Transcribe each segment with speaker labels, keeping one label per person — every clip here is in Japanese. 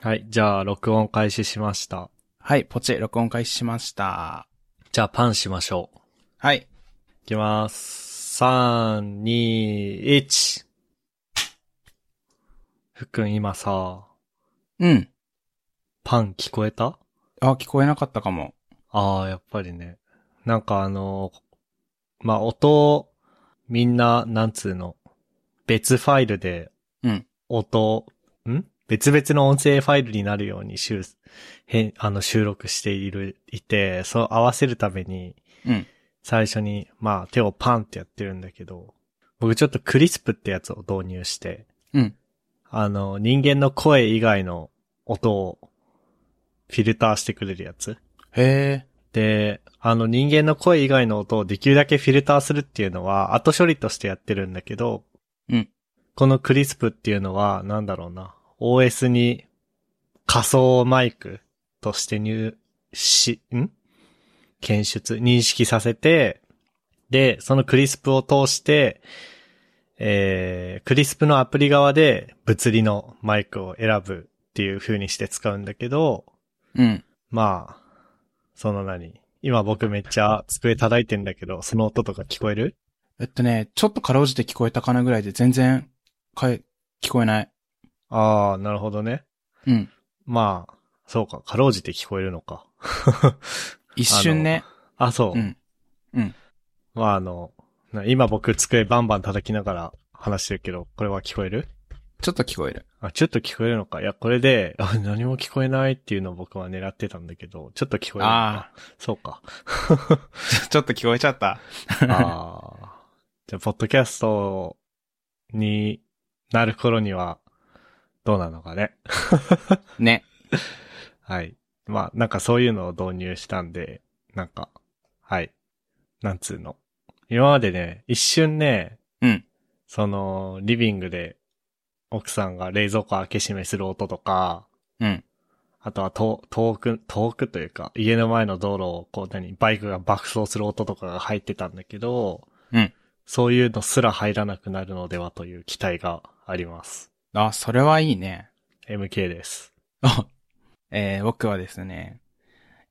Speaker 1: はい。じゃあ、録音開始しました。
Speaker 2: はい、ポチ、録音開始しました。
Speaker 1: じゃあ、パンしましょう。
Speaker 2: はい。
Speaker 1: いきます。3、2、1。ふっくん、今さ、
Speaker 2: うん。
Speaker 1: パン聞こえた
Speaker 2: あ、聞こえなかったかも。
Speaker 1: ああ、やっぱりね。なんかあの、まあ、音、みんな、なんつうの、別ファイルで、
Speaker 2: うん
Speaker 1: 音、ん別々の音声ファイルになるように収、編、あの、収録している、いて、そう合わせるために、
Speaker 2: うん。
Speaker 1: 最初に、まあ、手をパンってやってるんだけど、僕ちょっとクリスプってやつを導入して、
Speaker 2: うん。
Speaker 1: あの、人間の声以外の音を、フィルターしてくれるやつ。
Speaker 2: へえ。
Speaker 1: で、あの人間の声以外の音をできるだけフィルターするっていうのは後処理としてやってるんだけど、
Speaker 2: うん
Speaker 1: このクリスプっていうのは、なんだろうな、OS に仮想マイクとして入し、ん検出、認識させて、で、そのクリスプを通して、えー、クリスプのアプリ側で物理のマイクを選ぶっていう風にして使うんだけど、
Speaker 2: うん。
Speaker 1: まあ、その何今僕めっちゃ机叩いてんだけど、その音とか聞こえる
Speaker 2: えっとね、ちょっとかろうじて聞こえたかなぐらいで全然、かえ、聞こえない。
Speaker 1: ああ、なるほどね。
Speaker 2: うん。
Speaker 1: まあ、そうか、かろうじて聞こえるのか。
Speaker 2: 一瞬ね。
Speaker 1: あ、そう。
Speaker 2: うん。
Speaker 1: まああの、な今僕机バンバン叩きながら話してるけど、これは聞こえる
Speaker 2: ちょっと聞こえる。
Speaker 1: あ、ちょっと聞こえるのか。いや、これで、あ何も聞こえないっていうのを僕は狙ってたんだけど、ちょっと聞こえるのか。
Speaker 2: あ
Speaker 1: そうか。
Speaker 2: あ、 ちょっと聞こえちゃった。
Speaker 1: ああ。じゃあ、ポッドキャストになる頃には、どうなのかね。
Speaker 2: ね。
Speaker 1: はい。まあ、なんかそういうのを導入したんで、なんか、はい。なんつうの。今までね、一瞬ね、
Speaker 2: うん。
Speaker 1: その、リビングで、奥さんが冷蔵庫開け閉めする音とか、
Speaker 2: うん。
Speaker 1: あとはと遠く、遠くというか、家の前の道路を、こう何、バイクが爆走する音とかが入ってたんだけど、
Speaker 2: うん。
Speaker 1: そういうのすら入らなくなるのではという期待があります。
Speaker 2: あ、それはいいね。
Speaker 1: MK です。
Speaker 2: あ、 えー、僕はですね、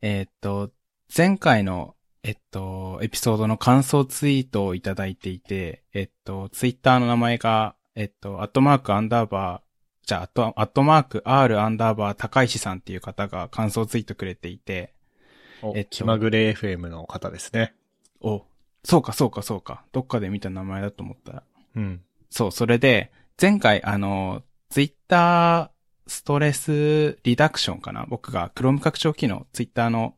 Speaker 2: えーっと、前回の、えっと、エピソードの感想ツイートをいただいていて、えっと、ツイッターの名前が、えっと、アットマークアンダーバー、じゃあ、アット、アットマーク R アンダーバー高石さんっていう方が感想ツイートくれていて、
Speaker 1: お
Speaker 2: えっと
Speaker 1: 気まぐれ FM の方ですね。
Speaker 2: お、そうかそうかそうか、どっかで見た名前だと思ったら、
Speaker 1: うん。
Speaker 2: そう、それで、前回、あの、ツイッターストレスリダクションかな僕が Chrome 拡張機能、ツイッターの、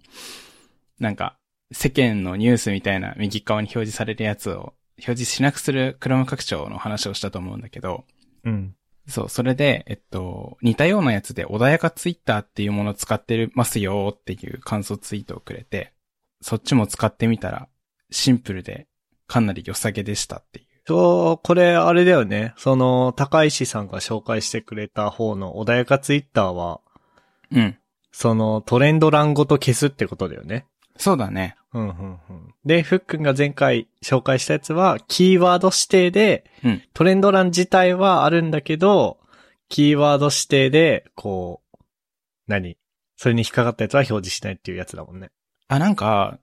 Speaker 2: なんか、世間のニュースみたいな右側に表示されるやつを表示しなくする Chrome 拡張の話をしたと思うんだけど、
Speaker 1: うん。
Speaker 2: そう、それで、えっと、似たようなやつで穏やかツイッターっていうものを使ってますよっていう感想ツイートをくれて、そっちも使ってみたら、シンプルで、かなり良さげでしたっていう。
Speaker 1: そう、これ、あれだよね。その、高石さんが紹介してくれた方の穏やかツイッターは、
Speaker 2: うん。
Speaker 1: その、トレンド欄ごと消すってことだよね。
Speaker 2: そうだね。
Speaker 1: うん、うん、うん。で、ふっくんが前回紹介したやつは、キーワード指定で、
Speaker 2: うん
Speaker 1: トレンド欄自体はあるんだけど、キーワード指定で、こう、何それに引っかかったやつは表示しないっていうやつだもんね。
Speaker 2: あ、なんか、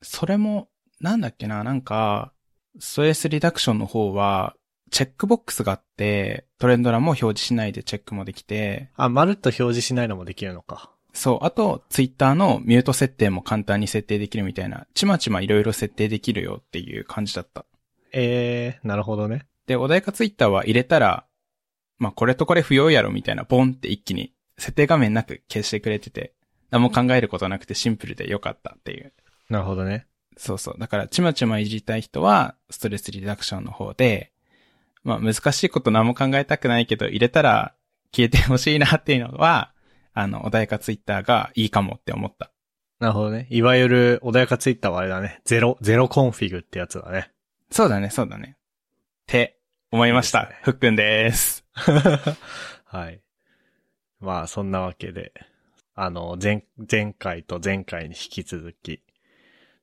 Speaker 2: それも、なんだっけな、なんか、ストレスリダクションの方は、チェックボックスがあって、トレンド欄も表示しないでチェックもできて、
Speaker 1: あ、まるっと表示しないのもできるのか。
Speaker 2: そう、あと、ツイッターのミュート設定も簡単に設定できるみたいな、ちまちまいろいろ設定できるよっていう感じだった。
Speaker 1: えー、なるほどね。
Speaker 2: で、お題かツイッターは入れたら、まあ、これとこれ不要やろみたいな、ボンって一気に、設定画面なく消してくれてて、何も考えることなくてシンプルでよかったっていう。
Speaker 1: なるほどね。
Speaker 2: そうそう。だから、ちまちまいじりたい人は、ストレスリダクションの方で、まあ、難しいこと何も考えたくないけど、入れたら消えてほしいなっていうのは、あの、穏やかツイッターがいいかもって思った。
Speaker 1: なるほどね。いわゆる、穏やかツイッターはあれだね。ゼロ、ゼロコンフィグってやつだね。
Speaker 2: そうだね、そうだね。って、思いまし
Speaker 1: いい
Speaker 2: た
Speaker 1: ですね。
Speaker 2: ふっくんです。
Speaker 1: はい。まあ、そんなわけで、あの、前、前回と前回に引き続き、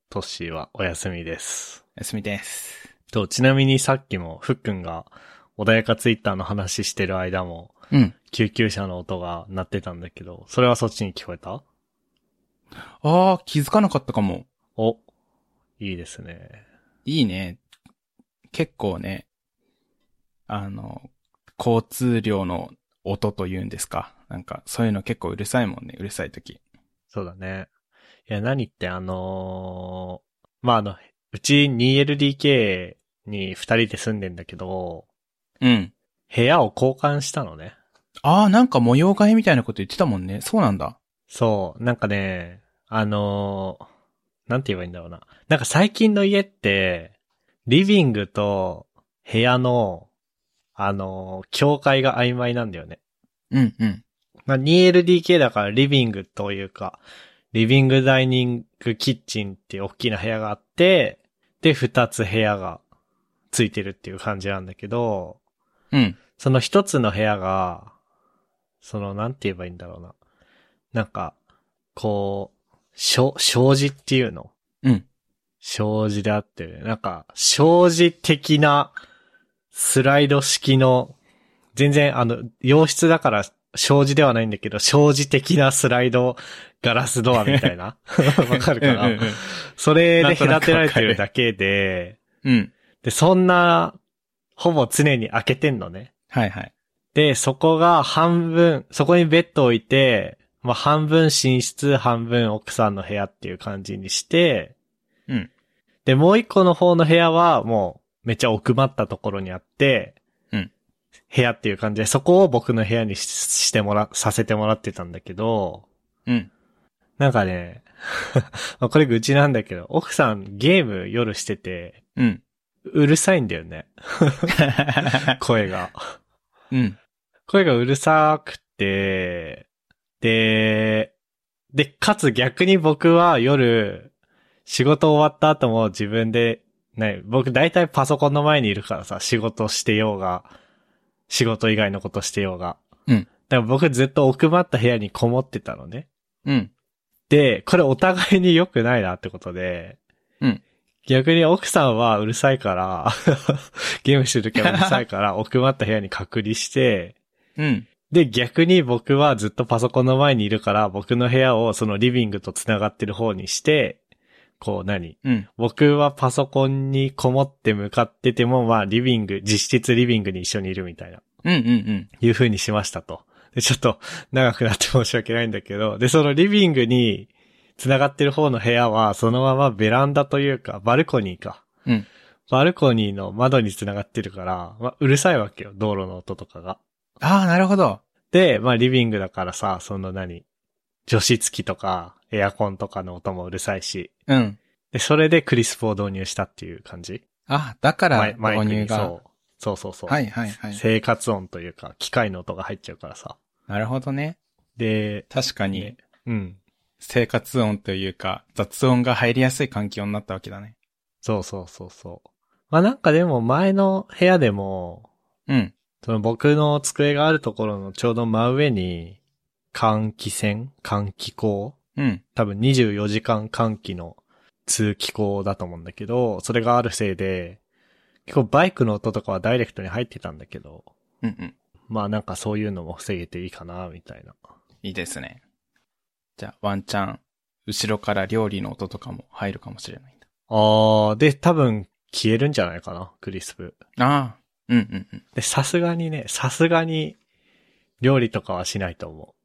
Speaker 1: トッシーはお休みです。
Speaker 2: おやすみです。
Speaker 1: と、ちなみにさっきも、ふっくんが、穏やかツイッターの話してる間も、
Speaker 2: うん。
Speaker 1: 救急車の音が鳴ってたんだけど、それはそっちに聞こえた
Speaker 2: ああ、気づかなかったかも。
Speaker 1: お、いいですね。
Speaker 2: いいね。結構ね、あの、交通量の音というんですか。なんか、そういうの結構うるさいもんね。うるさい時。
Speaker 1: そうだね。いや、何ってあのーまあ、あの、うち 2LDK に2人で住んでんだけど、
Speaker 2: うん。
Speaker 1: 部屋を交換したのね。
Speaker 2: ああ、なんか模様替えみたいなこと言ってたもんね。そうなんだ。
Speaker 1: そう、なんかね、あのーなんて言えばいいんだろうな。なんか最近の家って、リビングと部屋の、あのー境界が曖昧なんだよね。
Speaker 2: うん、うん。
Speaker 1: まあ、2LDK だからリビングというか、リビングダイニングキッチンっていう大きな部屋があって、で、二つ部屋がついてるっていう感じなんだけど、
Speaker 2: うん。
Speaker 1: その一つの部屋が、その、なんて言えばいいんだろうな。なんか、こう、しょ、障子っていうの
Speaker 2: うん。
Speaker 1: 障子であってる。なんか、障子的なスライド式の、全然あの、洋室だから障子ではないんだけど、障子的なスライドガラスドアみたいな。 わかるか
Speaker 2: うんう
Speaker 1: な
Speaker 2: ん
Speaker 1: それで隔てられてるだけで、
Speaker 2: うん。うん。
Speaker 1: で、そんな、ほぼ常に開けてんのね。
Speaker 2: はいはい。
Speaker 1: で、そこが半分、そこにベッドを置いて、まあ、半分寝室、半分奥さんの部屋っていう感じにして、
Speaker 2: うん。
Speaker 1: で、もう一個の方の部屋はもうめっちゃ奥まったところにあって、
Speaker 2: うん。
Speaker 1: 部屋っていう感じで、そこを僕の部屋にししてもら、させてもらってたんだけど、
Speaker 2: うん。
Speaker 1: なんかね、 まあこれ愚痴なんだけど、奥さんゲーム夜してて、
Speaker 2: うん。
Speaker 1: うるさいんだよね、声が。
Speaker 2: うん。
Speaker 1: 声がうるさくて、で、で、かつ逆に僕は夜、仕事終わった後も自分で、ね、僕大体パソコンの前にいるからさ、仕事してようが、仕事以外のことしてようが。
Speaker 2: うん。
Speaker 1: だから僕ずっと奥まった部屋にこもってたのね。
Speaker 2: うん。
Speaker 1: で、これお互いに良くないなってことで、
Speaker 2: うん。
Speaker 1: 逆に奥さんはうるさいから、 ゲームしてる時はうるさいから、奥まった部屋に隔離して、
Speaker 2: うん。
Speaker 1: で、逆に僕はずっとパソコンの前にいるから、僕の部屋をそのリビングと繋がってる方にして、こう何
Speaker 2: うん。
Speaker 1: 僕はパソコンにこもって向かってても、まあリビング、実質リビングに一緒にいるみたいな、
Speaker 2: うん。うん。
Speaker 1: いう風にしましたと。で、ちょっと長くなって申し訳ないんだけど、で、そのリビングに繋がってる方の部屋は、そのままベランダというか、バルコニーか。
Speaker 2: うん。
Speaker 1: バルコニーの窓に繋がってるから、まあうるさいわけよ、道路の音とかが。
Speaker 2: ああ、なるほど。
Speaker 1: で、まあリビングだからさ、その何除湿機とかエアコンとかの音もうるさいし。
Speaker 2: うん。
Speaker 1: で、それでクリスプを導入したっていう感じ
Speaker 2: あ、だから、
Speaker 1: マイマイ
Speaker 2: 導
Speaker 1: ク
Speaker 2: 入
Speaker 1: に
Speaker 2: が。
Speaker 1: そう。そうそうそう。
Speaker 2: はいはいはい。
Speaker 1: 生活音というか、機械の音が入っちゃうからさ。
Speaker 2: なるほどね。
Speaker 1: で、
Speaker 2: 確か
Speaker 1: ね
Speaker 2: に、
Speaker 1: うん。
Speaker 2: 生活音というか、雑音が入りやすい環境になったわけだね。
Speaker 1: そうそうそうそう。まあなんかでも前の部屋でも、
Speaker 2: うん。
Speaker 1: その僕の机があるところのちょうど真上に、換気扇換気口
Speaker 2: うん。
Speaker 1: 多分24時間換気の通気口だと思うんだけど、それがあるせいで、結構バイクの音とかはダイレクトに入ってたんだけど、
Speaker 2: うんうん。
Speaker 1: まあなんかそういうのも防げていいかな、みたいな。
Speaker 2: いいですね。じゃあ、ワンチャン、後ろから料理の音とかも入るかもしれないんだ。
Speaker 1: あー、で、多分消えるんじゃないかな、クリスプ。
Speaker 2: ああ。うんうんうん。
Speaker 1: で、さすがにね、さすがに料理とかはしないと思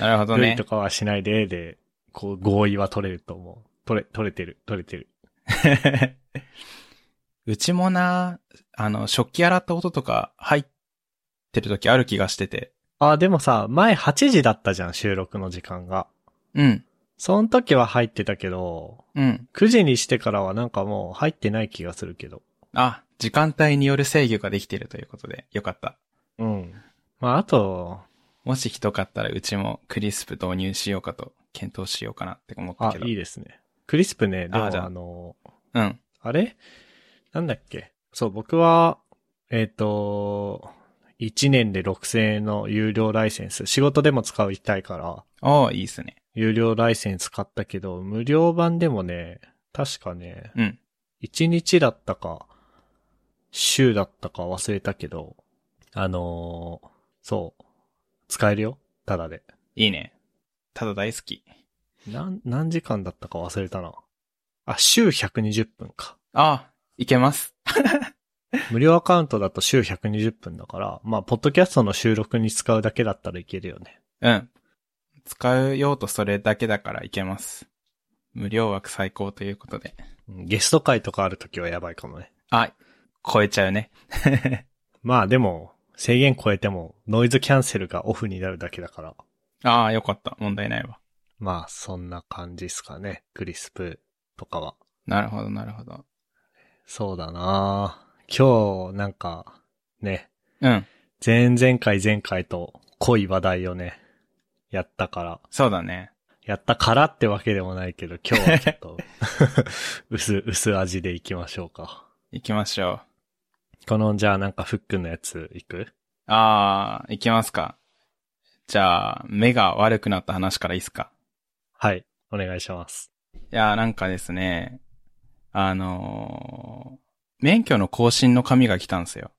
Speaker 2: なるほ
Speaker 1: う。
Speaker 2: ど
Speaker 1: 料理
Speaker 2: ね
Speaker 1: と。かはしないで、で、こう合意は取れると思う。取れ、取れてる、取れてる。
Speaker 2: うちもな、あの、食器洗った音とか入ってる時ある気がしてて。
Speaker 1: あー、でもさ、前8時だったじゃん、収録の時間が。
Speaker 2: うん。
Speaker 1: その時は入ってたけど、
Speaker 2: うん。
Speaker 1: 9時にしてからはなんかもう入ってない気がするけど。
Speaker 2: あ、時間帯による制御ができているということで、よかった。
Speaker 1: うん。まあ、あと、
Speaker 2: もしひどかったらうちもクリスプ導入しようかと検討しようかなって思った
Speaker 1: あ
Speaker 2: け、ど。
Speaker 1: いいですね。クリスプね、でも
Speaker 2: あじゃあ
Speaker 1: あの、
Speaker 2: うん。
Speaker 1: あれなんだっけそう、僕は、えっ、と、1年で6000円の有料ライセンス、仕事でも使いたいから、
Speaker 2: おーいいっすね。
Speaker 1: 有料ライセンス買ったけど、無料版でもね、確かね、
Speaker 2: うん。
Speaker 1: 1日だったか、週だったか忘れたけど、あのーそう。使えるよ。ただで。
Speaker 2: いいね。ただ大好き。
Speaker 1: なん、何時間だったか忘れたな。あ、週120分か。
Speaker 2: あ、いけます。
Speaker 1: 無料アカウントだと週120分だから、まあ、ポッドキャストの収録に使うだけだったらいけるよね。
Speaker 2: うん。使う用途それだけだからいけます。無料枠最高ということで。
Speaker 1: うんゲスト会とかあるときはやばいかもね。
Speaker 2: あ、超えちゃうね。
Speaker 1: まあでも、制限超えてもノイズキャンセルがオフになるだけだから。
Speaker 2: ああ、よかった。問題ないわ。
Speaker 1: まあ、そんな感じっすかね。クリスプとかは。
Speaker 2: なるほど、なるほど。
Speaker 1: そうだな今日、なんか、ね、
Speaker 2: うん。
Speaker 1: 前々回前回と濃い話題をね、やったから。
Speaker 2: そうだね。
Speaker 1: やったからってわけでもないけど、今日はちょっと、 薄、薄味でいきましょうか。
Speaker 2: 行きましょ
Speaker 1: この、じゃあなんかフックのやついく
Speaker 2: う。ああ、行きますか。じゃあ、目が悪くなった話からいいっすか。
Speaker 1: はい、お願いします。
Speaker 2: いやー、なんかですね、あのー免許の更新の紙が来たんですよ。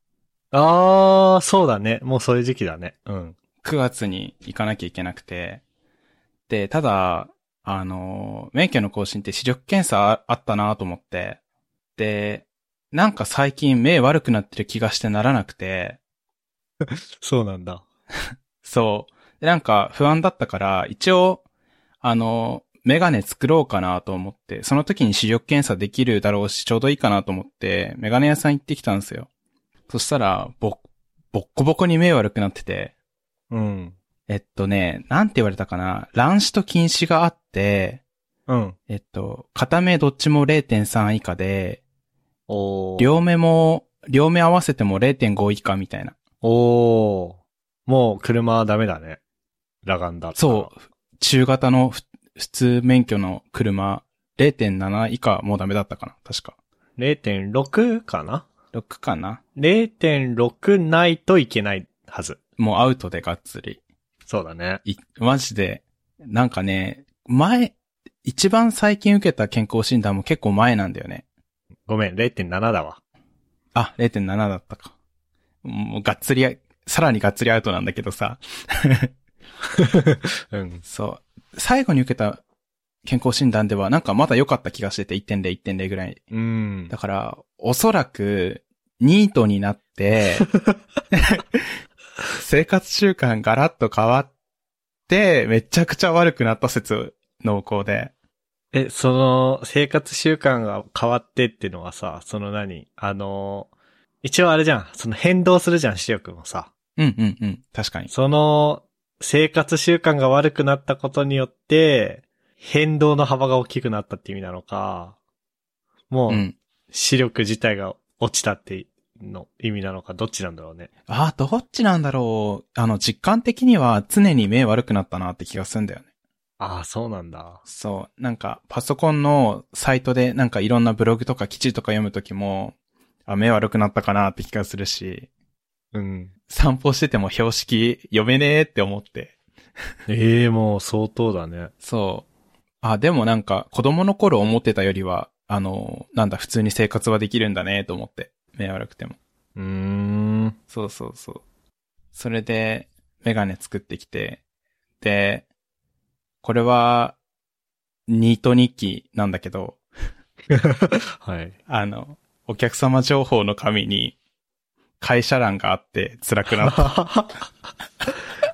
Speaker 1: あー、そうだね。もうそういう時期だね。うん。
Speaker 2: 9月に行かなきゃいけなくて。で、ただ、あのー免許の更新って視力検査ああったなと思って。で、なんか最近目悪くなってる気がしてならなくて、
Speaker 1: そうなんだ。
Speaker 2: そう。でなんか不安だったから、一応、あの、メガネ作ろうかなと思って、その時に視力検査できるだろうし、ちょうどいいかなと思って、メガネ屋さん行ってきたんですよ。そしたら、ぼ、ぼっこぼこに目悪くなってて、
Speaker 1: うん。
Speaker 2: えっとね、なんて言われたかな、乱視と近視があって、
Speaker 1: うん。
Speaker 2: えっと、片目どっちも0.3以下で、
Speaker 1: おー。
Speaker 2: 両目も、両目合わせても0.5以下みたいな。
Speaker 1: おー。もう車はダメだね。ラガンだったら
Speaker 2: そう。中型のふ普通免許の車、0.7以下もうダメだったかな確か。
Speaker 1: 0.6かな
Speaker 2: 6かな
Speaker 1: ?0.6 ないといけないはず。
Speaker 2: もうアウトでがっつり。
Speaker 1: そうだね。
Speaker 2: い、マジで、なんかね、前、一番最近受けた健康診断も結構前なんだよね。
Speaker 1: ごめん、0.7だわ。
Speaker 2: あ、0.7だったか。もうがっつり、さらにがっつりアウトなんだけどさ。
Speaker 1: うん。
Speaker 2: そう。最後に受けた健康診断ではなんかまだ良かった気がしてて1.0、1.0ぐらい。
Speaker 1: うん
Speaker 2: だ。から、おそらく、ニートになって、生活習慣ガラッと変わって、めちゃくちゃ悪くなった説、濃厚で。
Speaker 1: え、その、生活習慣が変わってってのはさ、その何あの、一応あれじゃん。その変動するじゃん、視力もさ。
Speaker 2: うんうんうん。確かに。
Speaker 1: その、生活習慣が悪くなったことによって、変動の幅が大きくなったって意味なのか、も
Speaker 2: う
Speaker 1: う、
Speaker 2: ん。
Speaker 1: 視力自体が落ちたっての意味なのか、どっちなんだろうね。
Speaker 2: ああ、どっちなんだろう。あの、実感的には常に目悪くなったなって気がするんだよね。
Speaker 1: ああ、そうなんだ。
Speaker 2: そう。なんか、パソコンのサイトでなんかいろんなブログとか記事とか読むときも、あ、目悪くなったかなって気がするし、
Speaker 1: うん。
Speaker 2: 散歩してても標識読めねえって思って。
Speaker 1: ええもう相当だね。
Speaker 2: そう。あ、でもなんか子供の頃思ってたよりは、あの、なんだ、普通に生活はできるんだねと思って。目悪くても。
Speaker 1: うーん。
Speaker 2: そうそうそう。それで、メガネ作ってきて、で、これは、ニート日記なんだけど、
Speaker 1: はい。
Speaker 2: あの、お客様情報の紙に、会社欄があって辛くなっ
Speaker 1: あ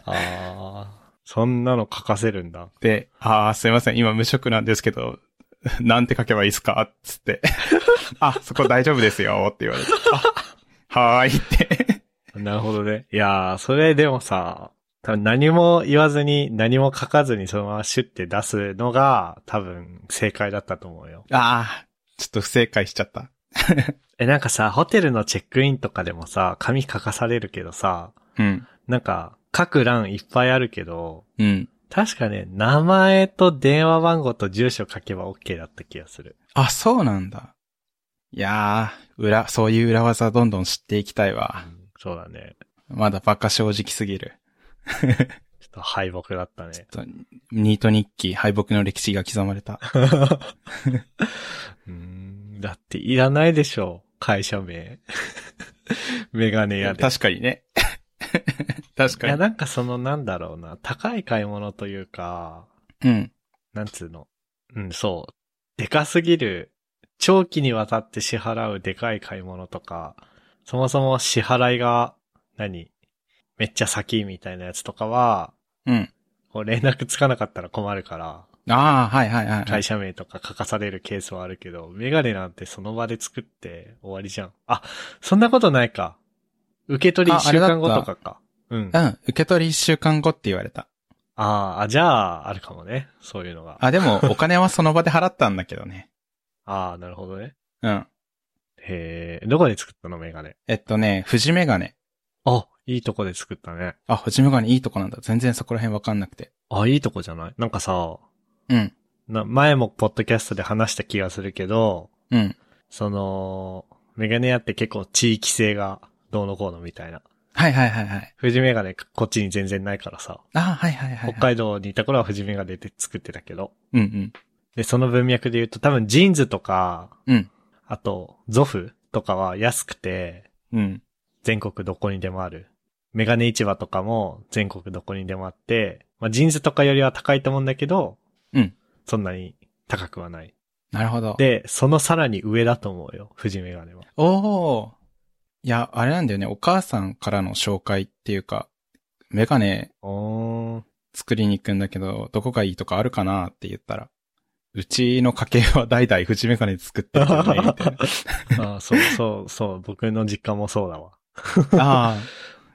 Speaker 1: あ、そんなの書かせるんだ。
Speaker 2: て、ああ、すいません、今無職なんですけど、なんて書けばいいですかつって、あ、そこ大丈夫ですよ、って言われて、あ、はーいって。
Speaker 1: なるほどね。いやー、それでもさ、多分何も言わずに、何も書かずにそのままシュッて出すのが、多分正解だったと思うよ。
Speaker 2: ああ、ちょっと不正解しちゃった。
Speaker 1: え、なんかさ、ホテルのチェックインとかでもさ、紙書かされるけどさ、
Speaker 2: うん、
Speaker 1: なんか、書く欄いっぱいあるけど、
Speaker 2: うん。
Speaker 1: 確かね、名前と電話番号と住所書けば OK だった気がする。
Speaker 2: あ、そうなんだ。いやー、裏、そういう裏技どんどん知っていきたいわ。
Speaker 1: そうだね。
Speaker 2: まだバカ正直すぎる。
Speaker 1: ちょっと敗北だったね。
Speaker 2: ちょっとニート日記、敗北の歴史が刻まれた。
Speaker 1: うーんだってい らないでしょ。会社名。メガネ屋で。
Speaker 2: 確かにね。 確
Speaker 1: い
Speaker 2: か
Speaker 1: や、
Speaker 2: に。
Speaker 1: なんかそのなんだろうな、高い買い物というか、
Speaker 2: うん。
Speaker 1: なんつうの。うん、そう。でかすぎる、長期にわたって支払うでかい買い物とか、そもそも支払いが、何めっちゃ先みたいなやつとかは、
Speaker 2: うん。
Speaker 1: こう連絡つかなかったら困るから、
Speaker 2: ああ、はいはいはいはい。
Speaker 1: 会社名とか書かされるケースはあるけど、メガネなんてその場で作って終わりじゃん。あ、そんなことないか。受け取り
Speaker 2: あ
Speaker 1: 1
Speaker 2: あ
Speaker 1: 週
Speaker 2: れだった
Speaker 1: 間後とかか。うん。
Speaker 2: う
Speaker 1: あ
Speaker 2: ん。受け取り一週間後って言われた。
Speaker 1: あー、あじゃあ、あるかもね。そういうのが。あ
Speaker 2: あ、でも、お金はその場で払ったんだけどね。
Speaker 1: あー、なるほどね。
Speaker 2: うん。
Speaker 1: へえ、どこで作ったのメガネ。
Speaker 2: えっとね、富士メガネ。
Speaker 1: あ、いいとこで作ったね。
Speaker 2: あ、富士メガネいいとこなんだ。全然そこら辺わかんなくて。
Speaker 1: あ、いいとこじゃないなんかさ、
Speaker 2: うん。
Speaker 1: な前もポッドキャストで話した気がするけど、
Speaker 2: うん。
Speaker 1: その、メガネ屋って結構地域性がどうのこうのみたいな。
Speaker 2: はいはいはいはい。
Speaker 1: 富士メガネこっちに全然ないからさ、
Speaker 2: あはいはいはい、はい。
Speaker 1: 北海道にいた頃は富士メガネで作ってたけど、
Speaker 2: うん
Speaker 1: で、その文脈で言うと多分ジーンズとか、
Speaker 2: うん。うん。
Speaker 1: あとゾフとかは安くて、
Speaker 2: うん。
Speaker 1: 全国どこにでもある。メガネ市場とかも全国どこにでもあって、まあ、ジーンズとかよりは高いと思うんだけど、
Speaker 2: うん。
Speaker 1: そんなに高くはない。
Speaker 2: なるほど。
Speaker 1: で、そのさらに上だと思うよ、富士メガネは。
Speaker 2: おお。いや、あれなんだよね。お母さんからの紹介っていうか、メガネ
Speaker 1: おー。
Speaker 2: 作りに行くんだけど、どこがいいとかあるかなって言ったら、うちの家系は代々富士メガネ作ってるよね、みたいな。
Speaker 1: ああ、そうそうそう、僕の実家もそうだわ。
Speaker 2: あ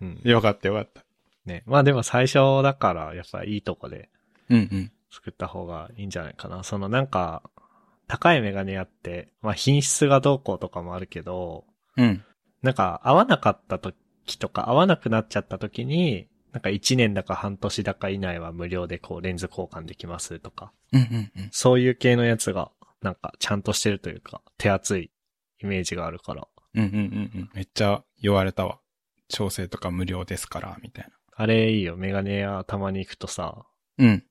Speaker 1: うん
Speaker 2: あ、。よかったよかった。
Speaker 1: ね。まあでも最初だから、やっぱいいとこで
Speaker 2: うんうん。
Speaker 1: 作った方がいいんじゃないかな。そのなんか、高いメガネ屋って、まあ品質がどうこうとかもあるけど、
Speaker 2: うん。
Speaker 1: なんか合わなかった時とか合わなくなっちゃった時に、なんか1年だか半年だか以内は無料でこうレンズ交換できますとか、
Speaker 2: うんうんうん。
Speaker 1: そういう系のやつがなんかちゃんとしてるというか手厚いイメージがあるから、
Speaker 2: うんうんうんうん。めっちゃ言われたわ。調整とか無料ですから、みたい
Speaker 1: あれいいよ、メガネ屋たまに行くとさ、
Speaker 2: な。うん。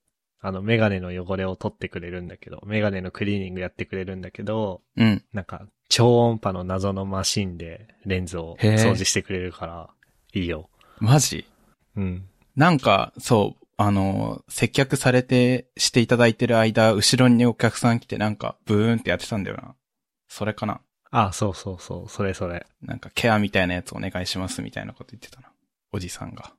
Speaker 1: あのメガネの汚れを取ってくれるんだけど、メガネのクリーニングやってくれるんだけど、
Speaker 2: うん。
Speaker 1: なんか超音波の謎のマシンでレンズを
Speaker 2: へー
Speaker 1: 掃除してくれるから、いいよ。
Speaker 2: マジ
Speaker 1: うん。
Speaker 2: なんか、そう、あの、接客されて、していただいてる間、後ろにお客さん来て、なんか、ブーンってやってたんだよな。それかな。
Speaker 1: あ、そうそうそう、それそれ。
Speaker 2: なんか、ケアみたいなやつお願いします、みたいなこと言ってたな。おじさんが。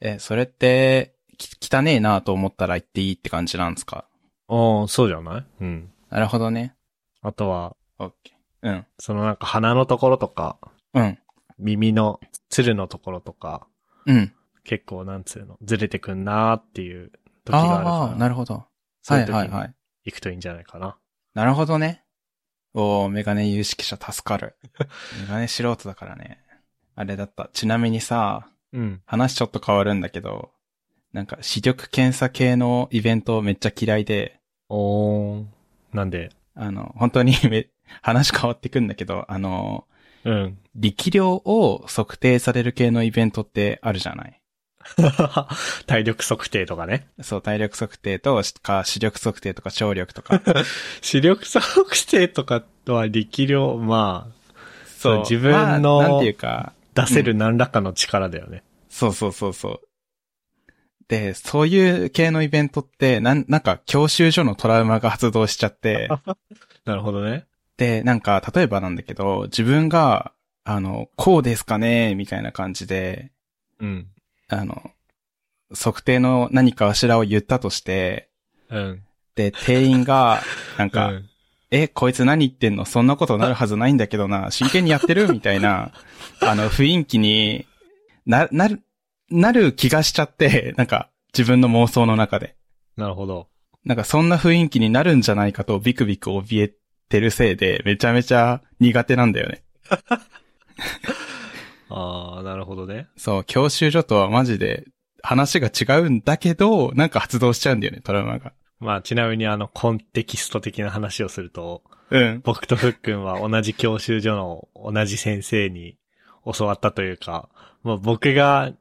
Speaker 2: え、それって、き汚ねえなと思ったら行っていいって感じなんですか
Speaker 1: ああ、そうじゃないうん。
Speaker 2: なるほどね。
Speaker 1: あとは、
Speaker 2: オッケー。うん。
Speaker 1: そのなんか鼻のところとか、
Speaker 2: うん。
Speaker 1: 耳のつるのところとか、
Speaker 2: うん。
Speaker 1: 結構なんつうの、ずれてくんなーっていう時があ
Speaker 2: あ
Speaker 1: る
Speaker 2: あ、
Speaker 1: か
Speaker 2: な
Speaker 1: ら、
Speaker 2: るほど。
Speaker 1: そう
Speaker 2: は
Speaker 1: いう
Speaker 2: い
Speaker 1: 時
Speaker 2: はいはい
Speaker 1: に。行くといいんじゃないかな。
Speaker 2: なるほどね。おー、メガネ有識者助かる。 メガネ素人だからね。あれだった。ちなみにさ、
Speaker 1: うん。
Speaker 2: 話ちょっと変わるんだけど、なんか視力検査系のイベントめっちゃ嫌いで、
Speaker 1: おー。なんで、
Speaker 2: あの、本当にめ話変わってくんだけど、あの、
Speaker 1: うん。
Speaker 2: 力量を測定される系のイベントってあるじゃない
Speaker 1: 体力測定とかね。
Speaker 2: そう、体力測定とか、視力測定とか、聴力 とか。
Speaker 1: 視力測定とかとは力量、まあ、
Speaker 2: そう、
Speaker 1: 自分の
Speaker 2: まあなんていうか、
Speaker 1: 出せる何らかの力だよね。
Speaker 2: そうそうそうそう。で、そういう系のイベントって、なん、なんか教習所のトラウマが発動しち ゃって、
Speaker 1: なるほどね。
Speaker 2: で、なんか、例えばなんだけど、自分が、あの、こうですかねみたいな感じで、
Speaker 1: うん。
Speaker 2: あの、測定の何かしらを言ったとして、
Speaker 1: うん。
Speaker 2: で、店員が、なんか、
Speaker 1: うん
Speaker 2: え、こいつ何言ってんのそんなことなるはずないんだけどな、真剣にやってるみたいな、あの、雰囲気にな、なる、なる気がしちゃって、なんか、自分の妄想の中で。
Speaker 1: なるほど。
Speaker 2: なんか、そんな雰囲気になるんじゃないかとビクビク怯えてるせいで、めちゃめちゃ苦手なんだよね。
Speaker 1: ああ、なるほどね。
Speaker 2: そう、教習所とはマジで話が違うんだけど、なんか発動しちゃうんだよね、トラウマが。
Speaker 1: まあ、ちなみにあの、コンテキスト的な話をすると、
Speaker 2: うん。
Speaker 1: 僕とふっくんは同じ教習所の同じ先生に教わったというか、もう僕が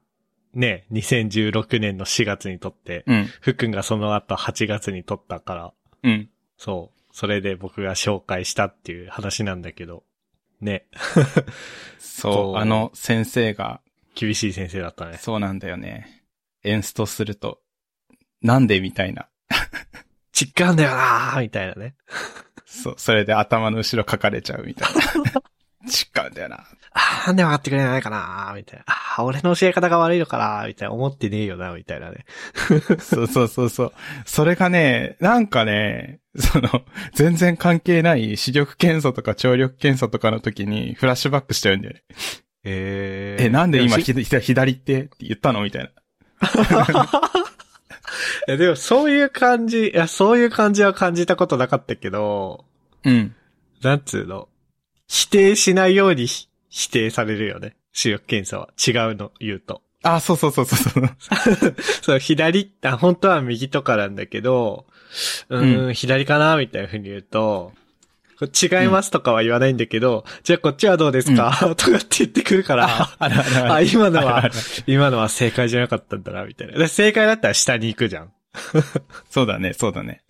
Speaker 1: ね、2016年の4月にとって、
Speaker 2: うん。
Speaker 1: ふっくんがその後8月にとったから、
Speaker 2: うん。
Speaker 1: そう、それで僕が紹介したっていう話なんだけど、ね。
Speaker 2: そう、
Speaker 1: そう
Speaker 2: あの先生が
Speaker 1: 厳しい先生だったね。
Speaker 2: そうなんだよね。エンストすると、なんでみたいな。
Speaker 1: 違うんだよなーみたいなね。
Speaker 2: そう、それで頭の後ろ書かれちゃうみたいな。 違うんだよな。
Speaker 1: あー、なんで分かってくれないかなーみたいな。あー、俺の教え方が悪いのかなーみたいな。思ってねえよなみたいなね。
Speaker 2: そうそうそうそう。それがね、なんかね、その、全然関係ない視力検査とか聴力検査とかの時にフラッシュバックしちゃうんだよね。
Speaker 1: え
Speaker 2: え、なんで今
Speaker 1: い
Speaker 2: ひだ左ってって言ったのみたいな。
Speaker 1: や、でもそういう感じ、いや、そういう感じは感じたことなかったけど、
Speaker 2: うん。
Speaker 1: なんつうの。否定しないようにひ否定されるよね。視力検査は。違うの言うと。
Speaker 2: あ、そうそうそうそうそう。
Speaker 1: そう、左、あ、本当は右とかなんだけど、うーん、左かなみたいな風に言うと、これ違いますとかは言わないんだけど、じゃあこっちはどうですか、とかって言ってくるから、
Speaker 2: あるあるある
Speaker 1: あ、今の
Speaker 2: あるあ
Speaker 1: は
Speaker 2: る、
Speaker 1: 今のは正解じゃなかったんだな、みたいな。で正解だったら下に行くじゃん。
Speaker 2: そうだね、そうだね。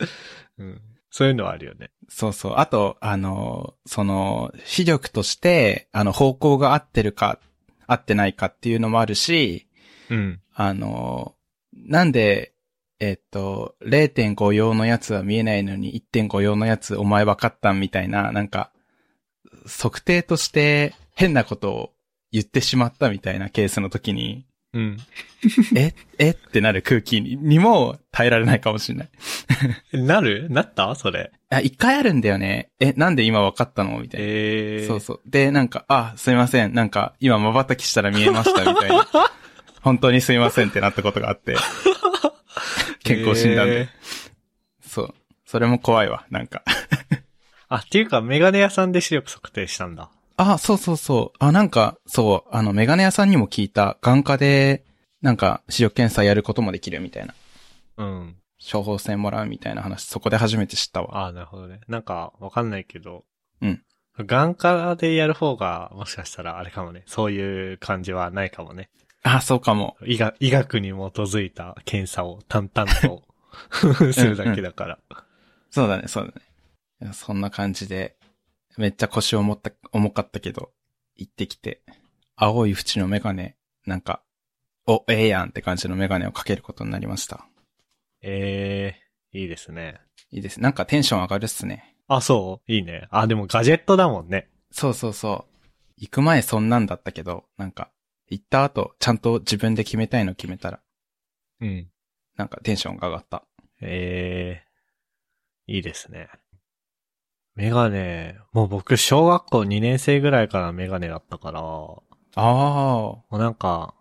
Speaker 1: うん。そういうのはあるよね。
Speaker 2: そうそう。あと、あの、その、視力として、あの、方向が合ってるか、合ってないかっていうのもあるし、
Speaker 1: うん。
Speaker 2: あの、なんで、えっと、0.5用のやつは見えないのに1.5用のやつお前分かったんみたいな、なんか、測定として変なことを言ってしまったみたいなケースの時に、
Speaker 1: うん。
Speaker 2: え、えってなる空気ににも耐えられないかもしれない。
Speaker 1: なるなったそれ。
Speaker 2: あ、一回あるんだよね。え、なんで今分かったのみたいな。
Speaker 1: ええー。
Speaker 2: そうそう。で、なんか、あ、すいません。なんか、今瞬きしたら見えました、みたいな。本当にすいませんってなったことがあって。健康診断で。
Speaker 1: えー
Speaker 2: そう。それも怖いわ、なんか。
Speaker 1: あ、っていうか、メガネ屋さんで視力測定したんだ。
Speaker 2: あ、そうそうそう。あ、なんか、そう。あの、メガネ屋さんにも聞いた。眼科で、なんか、視力検査やることもできるみたいな。
Speaker 1: うん。
Speaker 2: 処方箋もらうみたいな話、そこで初めて知ったわ。
Speaker 1: ああ、なるほどね。なんか、わかんないけど。
Speaker 2: うん。
Speaker 1: 眼科でやる方が、もしかしたらあれかもね。そういう感じはないかもね。
Speaker 2: あ、そうかも。
Speaker 1: 医学医学に基づいた検査を淡々とするだけだから。
Speaker 2: そうだね、そうだねいや。そんな感じで、めっちゃ腰重った、重かったけど、行ってきて、青い縁のメガネ、なんか、お、ええやんって感じのメガネをかけることになりました。
Speaker 1: ええいいですね。
Speaker 2: いいです。なんかテンション上がるっすね。
Speaker 1: あ、そういいね。あ、でもガジェットだもんね。
Speaker 2: そうそうそう。行く前そんなんだったけど、なんか、行った後、ちゃんと自分で決めたいの決めたら、
Speaker 1: うん。
Speaker 2: なんかテンションが上がった。
Speaker 1: ええいいですね。メガネ、もう僕、小学校2年生ぐらいからメガネだったから、も
Speaker 2: ああ、
Speaker 1: うなんか、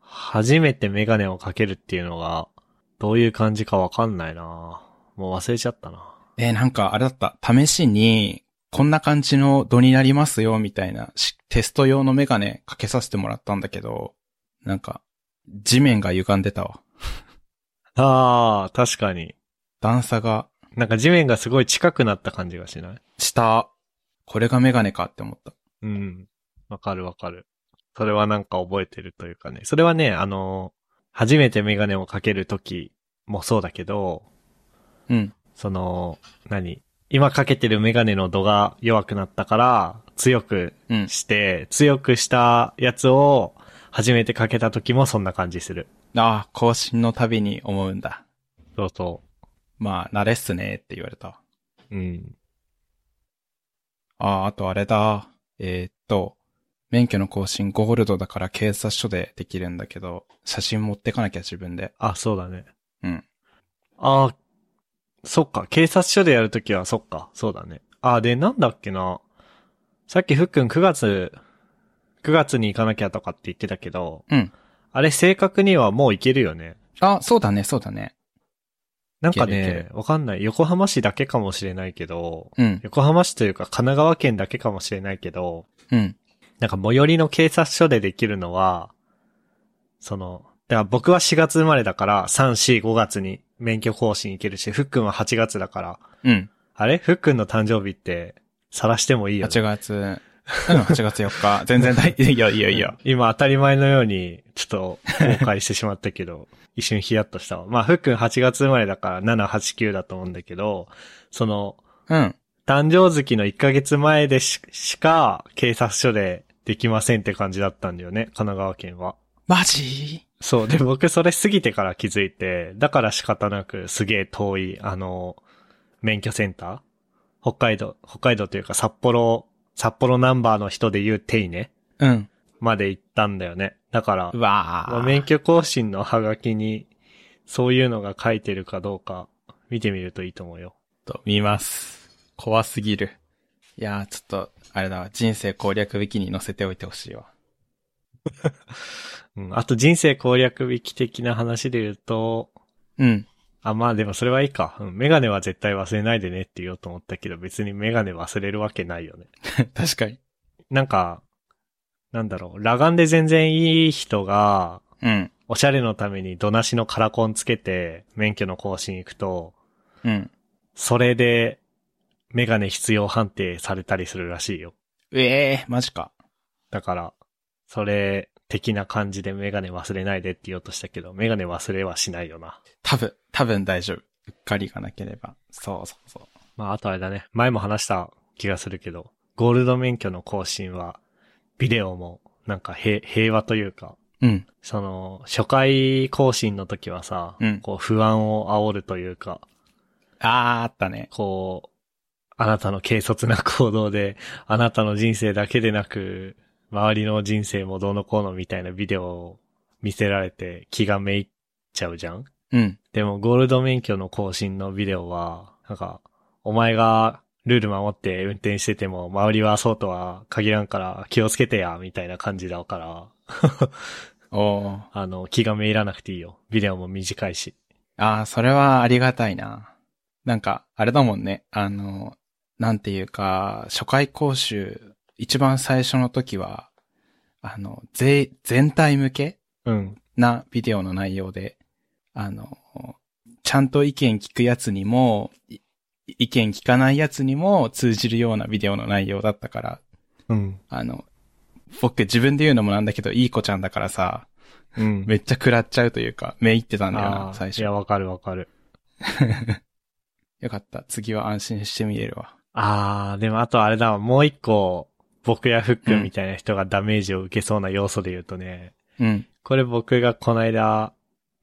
Speaker 1: 初めてメガネをかけるっていうのが、どういう感じかわかんないなもう忘れちゃったな。
Speaker 2: えーなんかあれだった。試しに、こんな感じの度になりますよ、みたいな、しテスト用のメガネかけさせてもらったんだけど、なんか、地面が歪んでたわ。
Speaker 1: ああ、確かに。
Speaker 2: 段差が、
Speaker 1: なんか地面がすごい近くなった感じがしない
Speaker 2: 下、これがメガネかって思った。
Speaker 1: うん。わかるわかる。それはなんか覚えてるというかね。それはね、あの、初めてメガネをかけるときもそうだけど、
Speaker 2: うん。
Speaker 1: その、何今かけてるメガネの度が弱くなったから、強く
Speaker 2: うん。
Speaker 1: して、強くしたやつを、初めてかけた時もそんな感じする。
Speaker 2: ああ、更新のたびに思うんだ。
Speaker 1: そうそ
Speaker 2: まあ、慣れっすねって言われたわ。
Speaker 1: う。うん。
Speaker 2: ああ、あとあれだ。えーっと、免許の更新ゴールドだから警察署でできるんだけど、写真持ってかなきゃ自分で。
Speaker 1: あ、そうだね。
Speaker 2: うん。
Speaker 1: あーそっか。警察署でやるときは、そっか。そうだね。あー、で、なんだっけな。さっきふっくん9月、9月に行かなきゃとかって言ってたけど、
Speaker 2: うん。
Speaker 1: あれ正確にはもう行けるよね。
Speaker 2: あ、そうだね、そうだね。
Speaker 1: なんか
Speaker 2: いけるいけ
Speaker 1: ね、わかんない。横浜市だけかもしれないけど、
Speaker 2: うん。
Speaker 1: 横浜市というか神奈川県だけかもしれないけど、
Speaker 2: うん。
Speaker 1: なんか最寄りの警察署でできるのは、その、だから僕は4月生まれだから、3、4、5月に免許更新行けるし、ふっくんは8月だから、
Speaker 2: うん。
Speaker 1: あれふっくんの誕生日って、晒してもいいよ、
Speaker 2: 8
Speaker 1: ね。
Speaker 2: 月、うん、8月4日。 全然大、いやいやいや。
Speaker 1: 今当たり前のように、ちょっと、公開してしまったけ ど、一瞬ヒヤッとしたわ。まあ、ふっくん8月生まれだから、7、8、9だと思うんだけど、その、
Speaker 2: うん。
Speaker 1: 誕生月の1ヶ月前でししか警察署でできませんって感じだったんだよね、神奈川県は。
Speaker 2: マジ
Speaker 1: そう。で、僕それ過ぎてから気づいて、だから仕方なくすげえ遠い、あの、免許センター北海道、北海道というか札幌、札幌ナンバーの人で言う手稲ね
Speaker 2: うん。
Speaker 1: まで行ったんだよね。だから
Speaker 2: う、わ
Speaker 1: まあ
Speaker 2: ー
Speaker 1: 免許更新のハガキに、そういうのが書いてるかどうか、見てみるといいと思うよ。
Speaker 2: と見ます。怖すぎる。いやー、ちょっと、あれだわ、人生攻略ウィキに載せておいてほしいわ。
Speaker 1: うん。あと人生攻略引き的な話で言うと、
Speaker 2: うん。
Speaker 1: あ、まあでもそれはいいか。うん。メガネは絶対忘れないでねって言おうと思ったけど、別にメガネ忘れるわけないよね。
Speaker 2: 確かに。
Speaker 1: なんか、なんだろう、裸眼で全然いい人が、
Speaker 2: うん。
Speaker 1: おしゃれのためにどなしのカラコンつけて、免許の更新行くと、
Speaker 2: うん。
Speaker 1: それで、メガネ必要判定されたりするらしいよ。
Speaker 2: うえー、マジか。
Speaker 1: だから、それ、的な感じでメガネ忘れないでって言おうとしたけど、メガネ忘れはしないよな。
Speaker 2: 多分、多分大丈夫。うっかりがなければ。そうそうそう。
Speaker 1: まあ、あとあれだね。前も話した気がするけど、ゴールド免許の更新は、ビデオも、なんか平、平和というか、
Speaker 2: うん。
Speaker 1: その、初回更新の時はさ、
Speaker 2: うん
Speaker 1: こう不安を煽るというか、
Speaker 2: あー、あったね。
Speaker 1: こう、あなたの軽率な行動で、あなたの人生だけでなく、周りの人生もどうのこうのみたいなビデオを見せられて気がめいっちゃうじゃん
Speaker 2: うん。
Speaker 1: でもゴールド免許の更新のビデオは、なんか、お前がルール守って運転してても、周りはそうとは限らんから気をつけてや、みたいな感じだから、
Speaker 2: おー。
Speaker 1: あの、気がめいらなくていいよ。ビデオも短いし。
Speaker 2: ああ、それはありがたいな。なんか、あれだもんね。あの、なんていうか、初回講習、一番最初の時は、あの、ぜ、全体向け
Speaker 1: うん。
Speaker 2: なビデオの内容で、あの、ちゃんと意見聞くやつにも、い意見聞かないやつにも通じるようなビデオの内容だったから、
Speaker 1: うん。
Speaker 2: あの、僕自分で言うのもなんだけど、いい子ちゃんだからさ、
Speaker 1: うん。
Speaker 2: めっちゃ食らっちゃうというか、めいってたんだよ
Speaker 1: あ
Speaker 2: な、
Speaker 1: ー
Speaker 2: 最初
Speaker 1: い。や、わかるわかる。
Speaker 2: よかった。次は安心して見れるわ。
Speaker 1: あー、でもあとあれだわ、もう一個、僕やフックみたいな人がダメージを受けそうな要素で言うとね、
Speaker 2: うん。
Speaker 1: これ僕がこないだ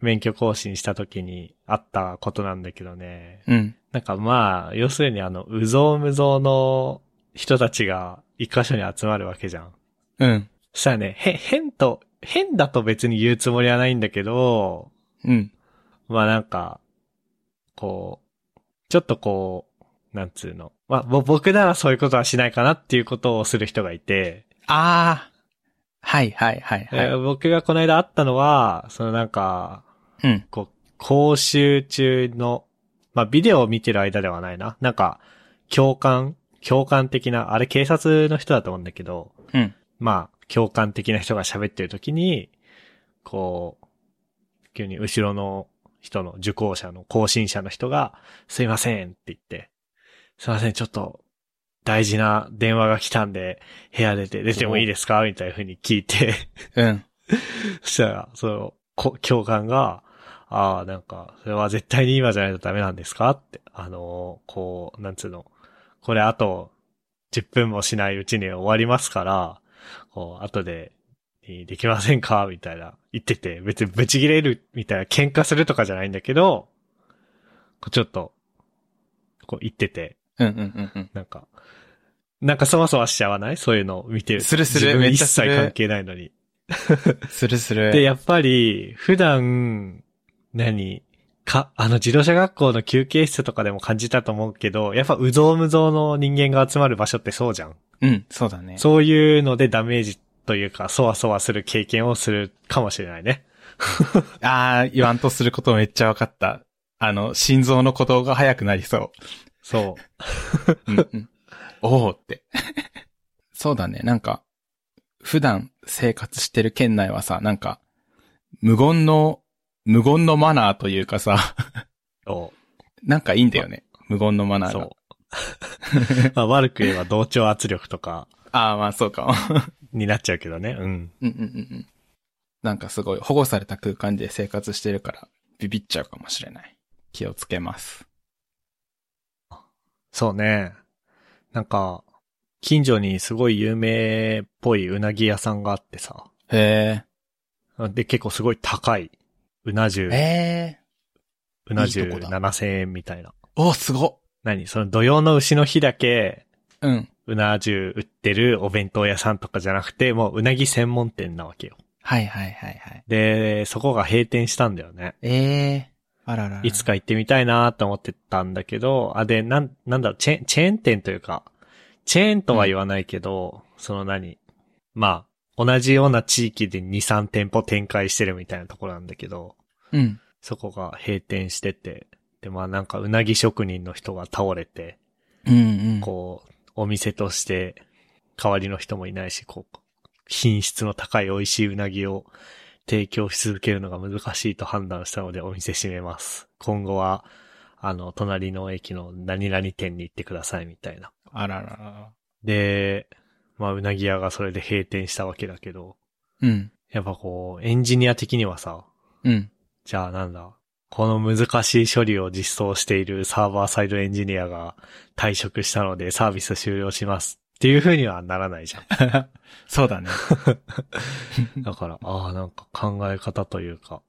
Speaker 1: 免許更新した時にあったことなんだけどね、
Speaker 2: うん。
Speaker 1: なんかまあ、要するにあの、うぞうむぞうの人たちが一箇所に集まるわけじゃん。
Speaker 2: うん。
Speaker 1: そしたらね、へ、変と、変だと別に言うつもりはないんだけど、
Speaker 2: うん。
Speaker 1: まあなんか、こう、ちょっとこう、なんつうの。まあ、ぼ僕ならそういうことはしないかなっていうことをする人がいて、
Speaker 2: ああ。はいはいはい
Speaker 1: え
Speaker 2: は
Speaker 1: ー僕がこの間会ったのは、そのなんか、
Speaker 2: い。うん。
Speaker 1: こう、講習中の、まあビデオを見てる間ではないな。なんか、教官、教官的な、あれ警察の人だと思うんだけど、
Speaker 2: うん。
Speaker 1: まあ、共感的な人が喋ってる時に、こう、急に後ろの人の受講者の更新者の人が、すいませんって言って、すいません、ちょっと、大事な電話が来たんで、部屋出て、出てもいいですかみたいな風に聞いて、
Speaker 2: うん。
Speaker 1: そしたら、その、こ教官が、ああ、なんか、それは絶対に今じゃないとダメなんですかって、あのーこう、なんつうの、これあと、10分もしないうちに終わりますから、こう、後で、にできませんかみたいな、言ってて、別にブチ切れる、みたいな、喧嘩するとかじゃないんだけど、こうちょっと、こう言ってて、
Speaker 2: うんうんうん
Speaker 1: なんか、なんかそわそわしちゃわないそういうのを見てると。
Speaker 2: するする
Speaker 1: 自分
Speaker 2: めっち
Speaker 1: 一
Speaker 2: ゃす
Speaker 1: 切
Speaker 2: る
Speaker 1: 関係ないのに。
Speaker 2: うん。するする。
Speaker 1: で、やっぱり、普段、何か、あの、自動車学校の休憩室とかでも感じたと思うけど、やっぱ、うぞうむぞうの人間が集まる場所ってそうじゃん。
Speaker 2: うん。そうだね。
Speaker 1: そういうのでダメージというか、そわそわする経験をするかもしれないね。
Speaker 2: ああ、言わんとすることめっちゃわかった。あの、心臓の鼓動が速くなりそ。
Speaker 1: そう
Speaker 2: うんうん。 おおって。 そうだね。なんか、普段生活してる県内はさ、なんか、無言の、無言のマナーというかさ、
Speaker 1: う。そ
Speaker 2: なんかいいんだよね。無言のマ
Speaker 1: う。
Speaker 2: ナー
Speaker 1: そ
Speaker 2: が。
Speaker 1: う。 まあ、悪く言えば同調圧力とか
Speaker 2: ああ、まあそうかも。
Speaker 1: になっちゃうけどね。うん。
Speaker 2: うんうんうんうん。なんかすごい保護された空間で生活してるから、ビビっちゃうかもしれない。気をつけます。
Speaker 1: そうね。なんか、近所にすごい有名っぽいうなぎ屋さんがあってさ。
Speaker 2: へえ。
Speaker 1: で、結構すごい高い。うな重、
Speaker 2: ええ
Speaker 1: うない重
Speaker 2: いとこだ
Speaker 1: 7000円みたいな。
Speaker 2: ー。お、すごっ。
Speaker 1: 何その土曜の牛の日だけ、
Speaker 2: うん。
Speaker 1: うな重売ってるお弁当屋さんとかじゃなくて、もううなぎ専門店なわけよ。
Speaker 2: はいはいはいはい。
Speaker 1: で、そこが閉店したんだよね。
Speaker 2: ええー。あららら。
Speaker 1: いつ。か行ってみたいなと思ってたんだけど、あ、で、なん、なんだろう、チェーン、チェーン店というか、チェーンとは言わないけど、その何まあ、同じような地域で2、3店舗展開してるみたいなところなんだけど、
Speaker 2: うん。
Speaker 1: そこが閉店してて、で、まあなんかうなぎ職人の人が倒れて、
Speaker 2: うんうん。
Speaker 1: こう、お店として、代わりの人もいないし、こう、品質の高い美味しいうなぎを提供し続けるのが難しいと判断したのでお店閉めます。今後は、あの、隣の駅の何々店に行ってくださいみたいな。
Speaker 2: あららら。
Speaker 1: で、まあ、うなぎ屋がそれで閉店したわけだけど、
Speaker 2: うん。
Speaker 1: やっぱこう、エンジニア的にはさ、
Speaker 2: うん。
Speaker 1: じゃあなんだ、この難しい処理を実装しているサーバーサイドエンジニアが退職したのでサービス終了しますっていう風にはならないじゃん。
Speaker 2: そうだね。
Speaker 1: だから、ああ、なんか考え方というか、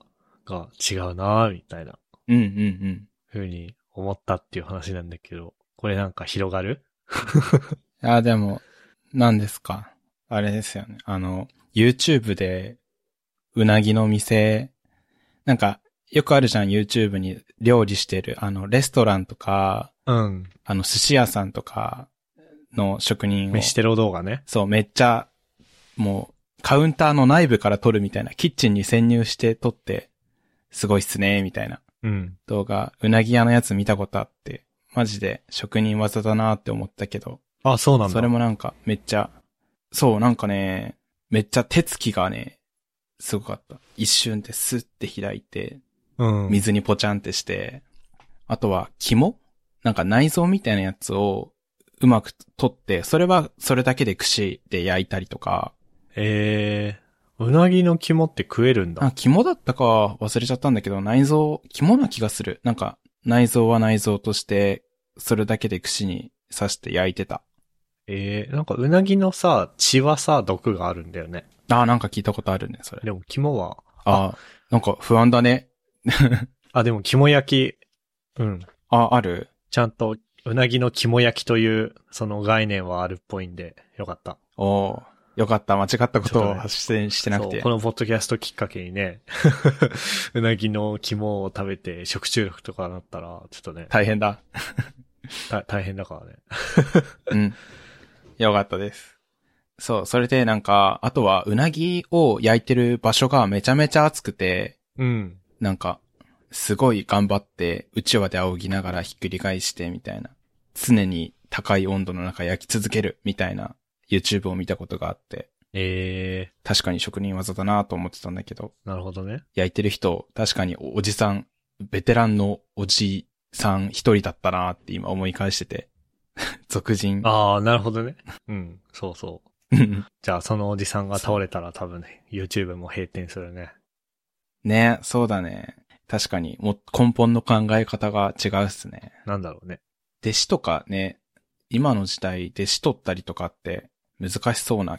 Speaker 1: が違うなーみたいな
Speaker 2: うんうんうん。
Speaker 1: 風に思ったっていう話なんだけど、これなんか広がる
Speaker 2: あー、でも、何ですか。あれですよね。あの、YouTube で、うなぎの店、なんか、よくあるじゃん、YouTube に料理してる、あの、レストランとか、
Speaker 1: うん。
Speaker 2: あの、寿司屋さんとかの職人を、
Speaker 1: 飯テロ動画ね。
Speaker 2: そう、めっちゃ、もう、カウンターの内部から撮るみたいな、キッチンに潜入して撮って、すごいっすね、みたいな
Speaker 1: うん。
Speaker 2: 動画、うなぎ屋のやつ見たことあって、マジで職人技だなって思ったけど、
Speaker 1: あ、そうなんだ。
Speaker 2: それもなんかめっちゃ、そう、なんかね、めっちゃ手つきがね、すごかった。一瞬でスッて開いて、
Speaker 1: うん。
Speaker 2: 水にポチャンってして、あとは肝なんか内臓みたいなやつをうまく取って、それはそれだけで串で焼いたりとか、
Speaker 1: えー、うなぎの肝って食えるん
Speaker 2: あ
Speaker 1: だ。
Speaker 2: 肝だったか忘れちゃったんだけど、内臓、肝な気がする。なんか内臓は内臓として、それだけで串に刺して焼いてた。
Speaker 1: えー、なんかうなぎのさ、血はさ、毒があるんだよね。
Speaker 2: あーなんか聞いたことあるね、それ。
Speaker 1: でも肝は、
Speaker 2: あーなんか不安だね。
Speaker 1: あ、でも肝焼き、うん。
Speaker 2: あ、ある
Speaker 1: ちゃんと、うなぎの肝焼きという、その概念はあるっぽいんで、よかった。
Speaker 2: おおよかった。間違っ
Speaker 1: ち
Speaker 2: たこ
Speaker 1: ょっ
Speaker 2: と
Speaker 1: と
Speaker 2: を
Speaker 1: ね
Speaker 2: 発信してなく
Speaker 1: そ
Speaker 2: て。
Speaker 1: う、このポッドキャストきっかけに ね、うなぎの肝を食べて食中毒とかなったら、ちょっとね、
Speaker 2: 大 変だ。
Speaker 1: た大変だからね。
Speaker 2: うん。よかったです。そう、それでなんか、あとは、うなぎを焼いてる場所がめちゃめちゃ暑くて、
Speaker 1: うん。
Speaker 2: なんか、すごい頑張って、うちわで仰ぎながらひっくり返して、みたいな。常に高い温度の中焼き続ける、みたいな YouTube を見たことがあって、
Speaker 1: え
Speaker 2: 確かに職人技だなと思ってたんだけど、
Speaker 1: ー、なるほどね。
Speaker 2: 焼いてる人、確かにおおじさん、ベテランのおじさん一人だったなって今思い返してて。 俗人。
Speaker 1: あー、なるほどね。うん、そうそう。
Speaker 2: うん
Speaker 1: じゃあ、そのおじさんが倒れたら多分ね、YouTube も閉店するね。
Speaker 2: ね、そうだね。確かに、もう根本の考え方が違うっすね。
Speaker 1: なんだろうね。
Speaker 2: 弟子とかね、今の時代、弟子取ったりとかって難しそうな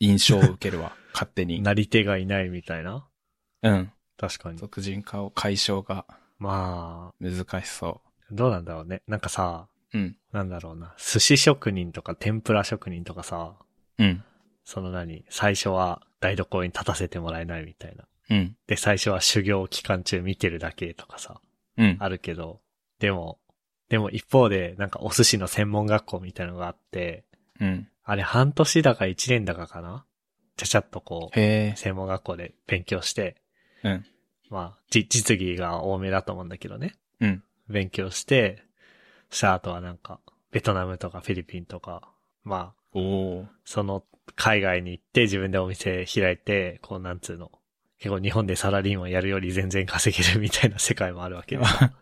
Speaker 2: 印象を受ける わ。勝手に。
Speaker 1: なり手がいないみたいな。
Speaker 2: うん。
Speaker 1: 確かに。
Speaker 2: 俗人化を解消が
Speaker 1: ま
Speaker 2: 難しそ
Speaker 1: あ、どうなんだろうね。なんかさ、
Speaker 2: う。うん。
Speaker 1: なんだろうな。寿司職人とか天ぷら職人とかさ、
Speaker 2: うん。
Speaker 1: その何、最初は台所に立たせてもらえないみたいな。
Speaker 2: うん。
Speaker 1: で、最初は修行期間中見てるだけとかさ、
Speaker 2: うん。
Speaker 1: あるけど、でも、でも一方で、なんかお寿司の専門学校みたいのがあって、
Speaker 2: うん。
Speaker 1: あれ半年だか一年だかかなちゃちゃっとこう、
Speaker 2: へえ。
Speaker 1: 専門学校で勉強して、
Speaker 2: うん
Speaker 1: まあ、じ、実技が多めだと思うんだけどね。
Speaker 2: うん
Speaker 1: 勉強して、した後はなんか、ベトナムとかフィリピンとか、まあ、
Speaker 2: おお。
Speaker 1: その海外に行って自分でお店開いて、こうなんつうの。結構日本でサラリーマンやるより全然稼げるみたいな世界もあるわ けでさ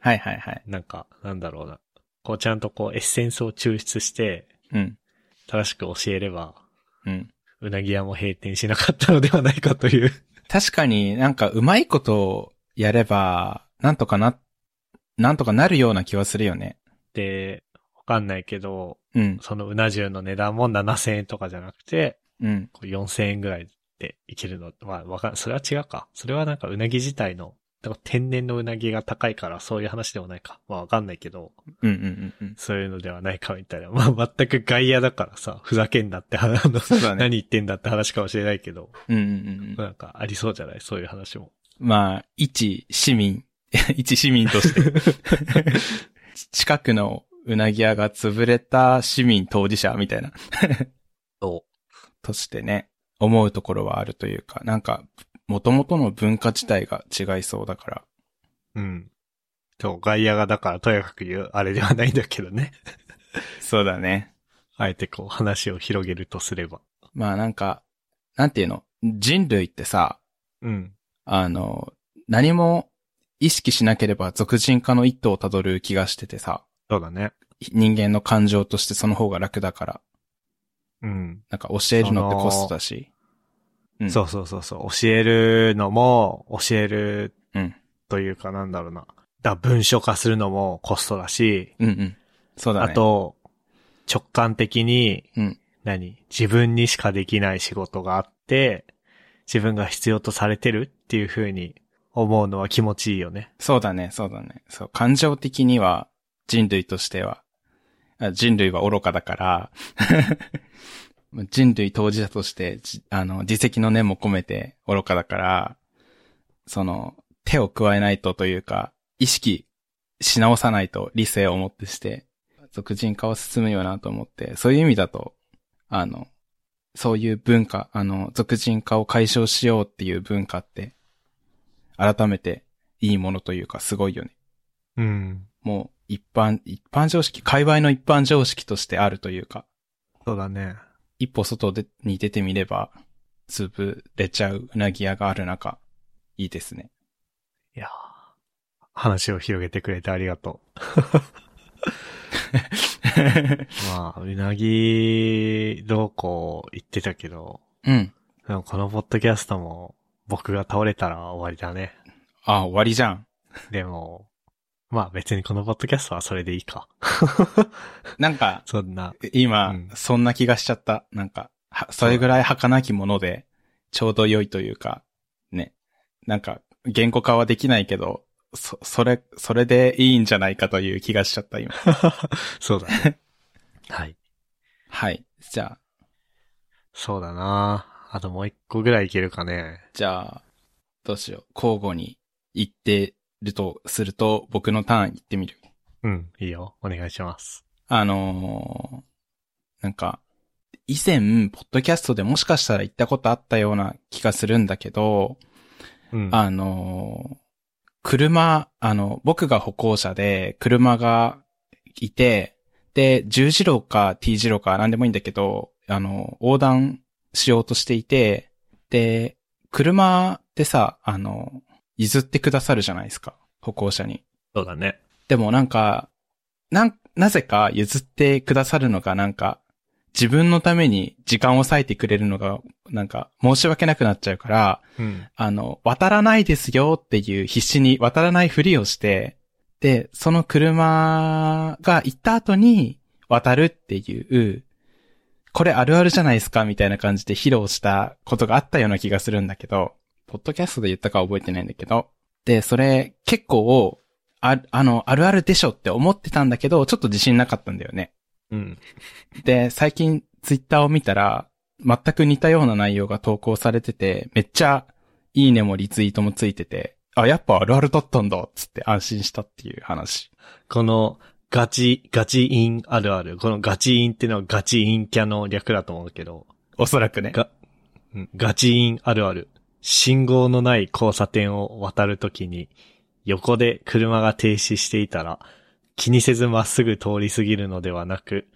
Speaker 2: はいはいはい。
Speaker 1: なんか、なんだろうな。こうちゃんとこうエッセンスを抽出して、
Speaker 2: うん。
Speaker 1: 正しく教えれば、
Speaker 2: うん。
Speaker 1: うなぎ屋も閉店しなかったのではないかという。
Speaker 2: 確かになんかうまいことをやれば、なんとかな、なんとかなるような気はするよね。
Speaker 1: で、わかんないけど、
Speaker 2: うん、
Speaker 1: そのうな重の値段も7000円とかじゃなくて、
Speaker 2: うん、
Speaker 1: こう4000円ぐらいっていけるの、まあわかん、それは違うか。それはなんかうなぎ自体の、だから天然のうなぎが高いからそういう話でもないか。まあわかんないけど、
Speaker 2: うんうんうんうん。
Speaker 1: そういうのではないかみたいな。まあ全く外野だからさ、ふざけんなって、あの、
Speaker 2: そうだね。
Speaker 1: 何言ってんだって話かもしれないけど、
Speaker 2: うんうんうん。
Speaker 1: なんかありそうじゃないそういう話も。
Speaker 2: まあ、一市民、 一市民として、 近くのうなぎ屋が潰れた市民当事者みたいな、
Speaker 1: そ
Speaker 2: としてね、思うところはあるというか、なんか、元々の文化自体が違いそうだから、
Speaker 1: う。うん。そう、外野がだからとやかく言うあれではないんだけどね。
Speaker 2: そうだね。
Speaker 1: あえてこう話を広げるとすれば。
Speaker 2: まあなんか、なんていうの、人類ってさ、
Speaker 1: うん。
Speaker 2: あの、何も意識しなければ俗人化の一途をたどる気がしててさ、
Speaker 1: そうだね。
Speaker 2: 人間の感情としてその方が楽だから、
Speaker 1: うん。
Speaker 2: なんか教えるのってコストだし。うん
Speaker 1: そうそうそうそう。教えるのも、教える
Speaker 2: うん、
Speaker 1: というかなんだろうな。だ文書化するのもコストだし、
Speaker 2: うんうん。そうだ
Speaker 1: あ
Speaker 2: ね。、
Speaker 1: と、直感的に、
Speaker 2: うん
Speaker 1: 何自分にしかできない仕事があって、自分が必要とされてるっていう風に思うのは気持ちいいよね。
Speaker 2: そうだね、そうだね。そう、感情的には人類としては、あ人類は愚かだから、 人類当事者として、じあの、自責の念も込めて愚かだから、その、手を加えないとというか、意識し直さないと理性をもってして、俗人化は進むよなと思って、そういう意味だと、あの、そういう文化、あの、俗人化を解消しようっていう文化って、改めていいものというかすごいよね。
Speaker 1: うん。
Speaker 2: もう一般、一般常識、界隈の一般常識としてあるというか、
Speaker 1: そうだね。
Speaker 2: 一歩外でに出てみれば、潰れちゃううなぎ屋がある中、いいですね。
Speaker 1: い やー話を広げてくれてありがとう。まあ、うなぎ、どうこう言ってたけど、
Speaker 2: うん。
Speaker 1: でもこのポッドキャストも僕が倒れたら終わりだね。
Speaker 2: あ、終わりじゃん。
Speaker 1: でも、まあ別にこのポッドキャストはそれでいいか。
Speaker 2: なんか、
Speaker 1: そんな、
Speaker 2: 今、
Speaker 1: うん
Speaker 2: そんな気がしちゃった。なんか、はそれぐらい儚きもので、ちょうど良いというか、ね。なんか、言語化はできないけど、そ、それ、それでいいんじゃないかという気がしちゃった、今。
Speaker 1: そうだね。 はい。
Speaker 2: はい。じゃあ、
Speaker 1: そうだなあともう一個ぐらいいけるかね。
Speaker 2: じゃあ、どうしよう。交互に言ってるとすると、僕のターン言ってみる。
Speaker 1: うん、いいよ。お願いします。
Speaker 2: あのーなんか、以前、ポッドキャストでもしかしたら言ったことあったような気がするんだけど、
Speaker 1: うん。
Speaker 2: あのー車、あの、僕が歩行者で、車がいて、で、十字路か T 字路か何でもいいんだけど、あの、横断しようとしていて、で、車ってさ、あの、譲ってくださるじゃないですか、歩行者に。
Speaker 1: そうだね。
Speaker 2: でもなんか、なん、なぜか譲ってくださるのがなんか、自分のために時間を割いてくれるのが、なんか、申し訳なくなっちゃうから、
Speaker 1: うん。
Speaker 2: あの、渡らないですよっていう必死に渡らないふりをして、で、その車が行った後に渡るっていう、これあるあるじゃないですかみたいな感じで披露したことがあったような気がするんだけど、ポッドキャストで言ったか覚えてないんだけど、で、それ結構、あ、あの、あるあるでしょって思ってたんだけど、ちょっと自信なかったんだよね。
Speaker 1: うん。
Speaker 2: で、最近ツイッターを見たら、全く似たような内容が投稿されてて、めっちゃいいねもリツイートもついてて、あ、やっぱあるあるだったんだ、つって安心したっていう話。
Speaker 1: この、ガチ、ガチインあるある。このガチインってのはガチインキャの略だと思うけど、
Speaker 2: おそらくね。
Speaker 1: が、うんガチインあるある。信号のない交差点を渡るときに、横で車が停止していたら、気にせずまっすぐ通り過ぎるのではなく、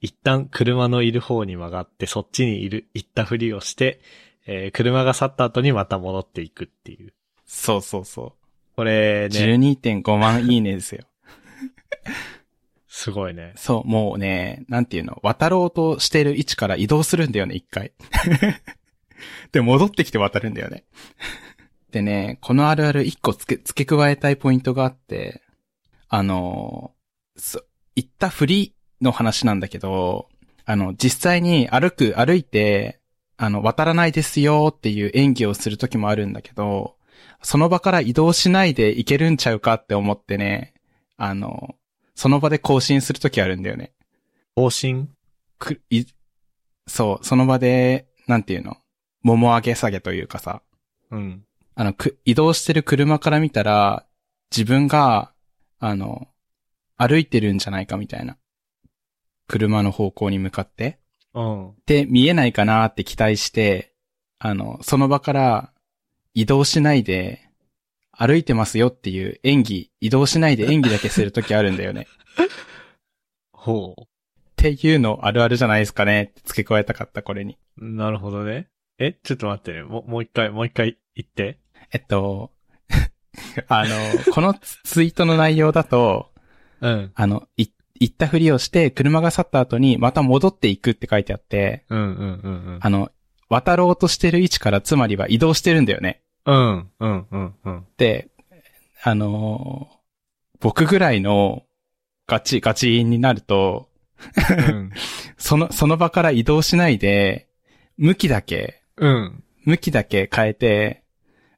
Speaker 1: 一旦車のいる方に曲がって、そっちにいる、行ったふりをして、えー車が去った後にまた戻っていくっていう。
Speaker 2: そうそうそ
Speaker 1: これ
Speaker 2: う。
Speaker 1: ね、
Speaker 2: 12.5万いいねですよ。
Speaker 1: すごいね。
Speaker 2: そう、もうね、なんていうの、渡ろうとしてる位置から移動するんだよね、一回。 で、戻ってきて渡るんだよね。でね、このあるある一個付け、付け加えたいポイントがあって、あのー、そ、行ったふりの話なんだけど、あの、実際に歩く、歩いて、あの、渡らないですよっていう演技をする時もあるんだけど、その場から移動しないでいけるんちゃうかって思ってね、あの、その場で更新する時あるんだよね。
Speaker 1: 更新
Speaker 2: く、い、そう、その場で、なんていうの桃上げ下げというかさ、
Speaker 1: うん。
Speaker 2: あの、く、移動してる車から見たら、自分が、あの、歩いてるんじゃないかみたいな。車の方向に向かって。
Speaker 1: うん。
Speaker 2: で、見えないかなって期待して、あの、その場から移動しないで、歩いてますよっていう演技、移動しないで演技だけするときあるんだよね。っ
Speaker 1: ほ
Speaker 2: ていうのあるあるじゃないですかねって付け加えたかった、これに。
Speaker 1: う。なるほどね。え、ちょっと待ってね。もう、もう一回、もう一回言って。
Speaker 2: えっと、 あの、このツツイートの内容だと、
Speaker 1: うん。
Speaker 2: あの、い行ったふりをして、車が去った後にまた戻っていくって書いてあって、
Speaker 1: うんうんうん
Speaker 2: あの、渡ろうとしてる位置からつまりは移動してるんだよね。
Speaker 1: うん。うんうんうんうん。
Speaker 2: って、あのー僕ぐらいのガチ、ガチになると、
Speaker 1: うん。
Speaker 2: その、その場から移動しないで、向きだけ、
Speaker 1: うん。
Speaker 2: 向きだけ変えて、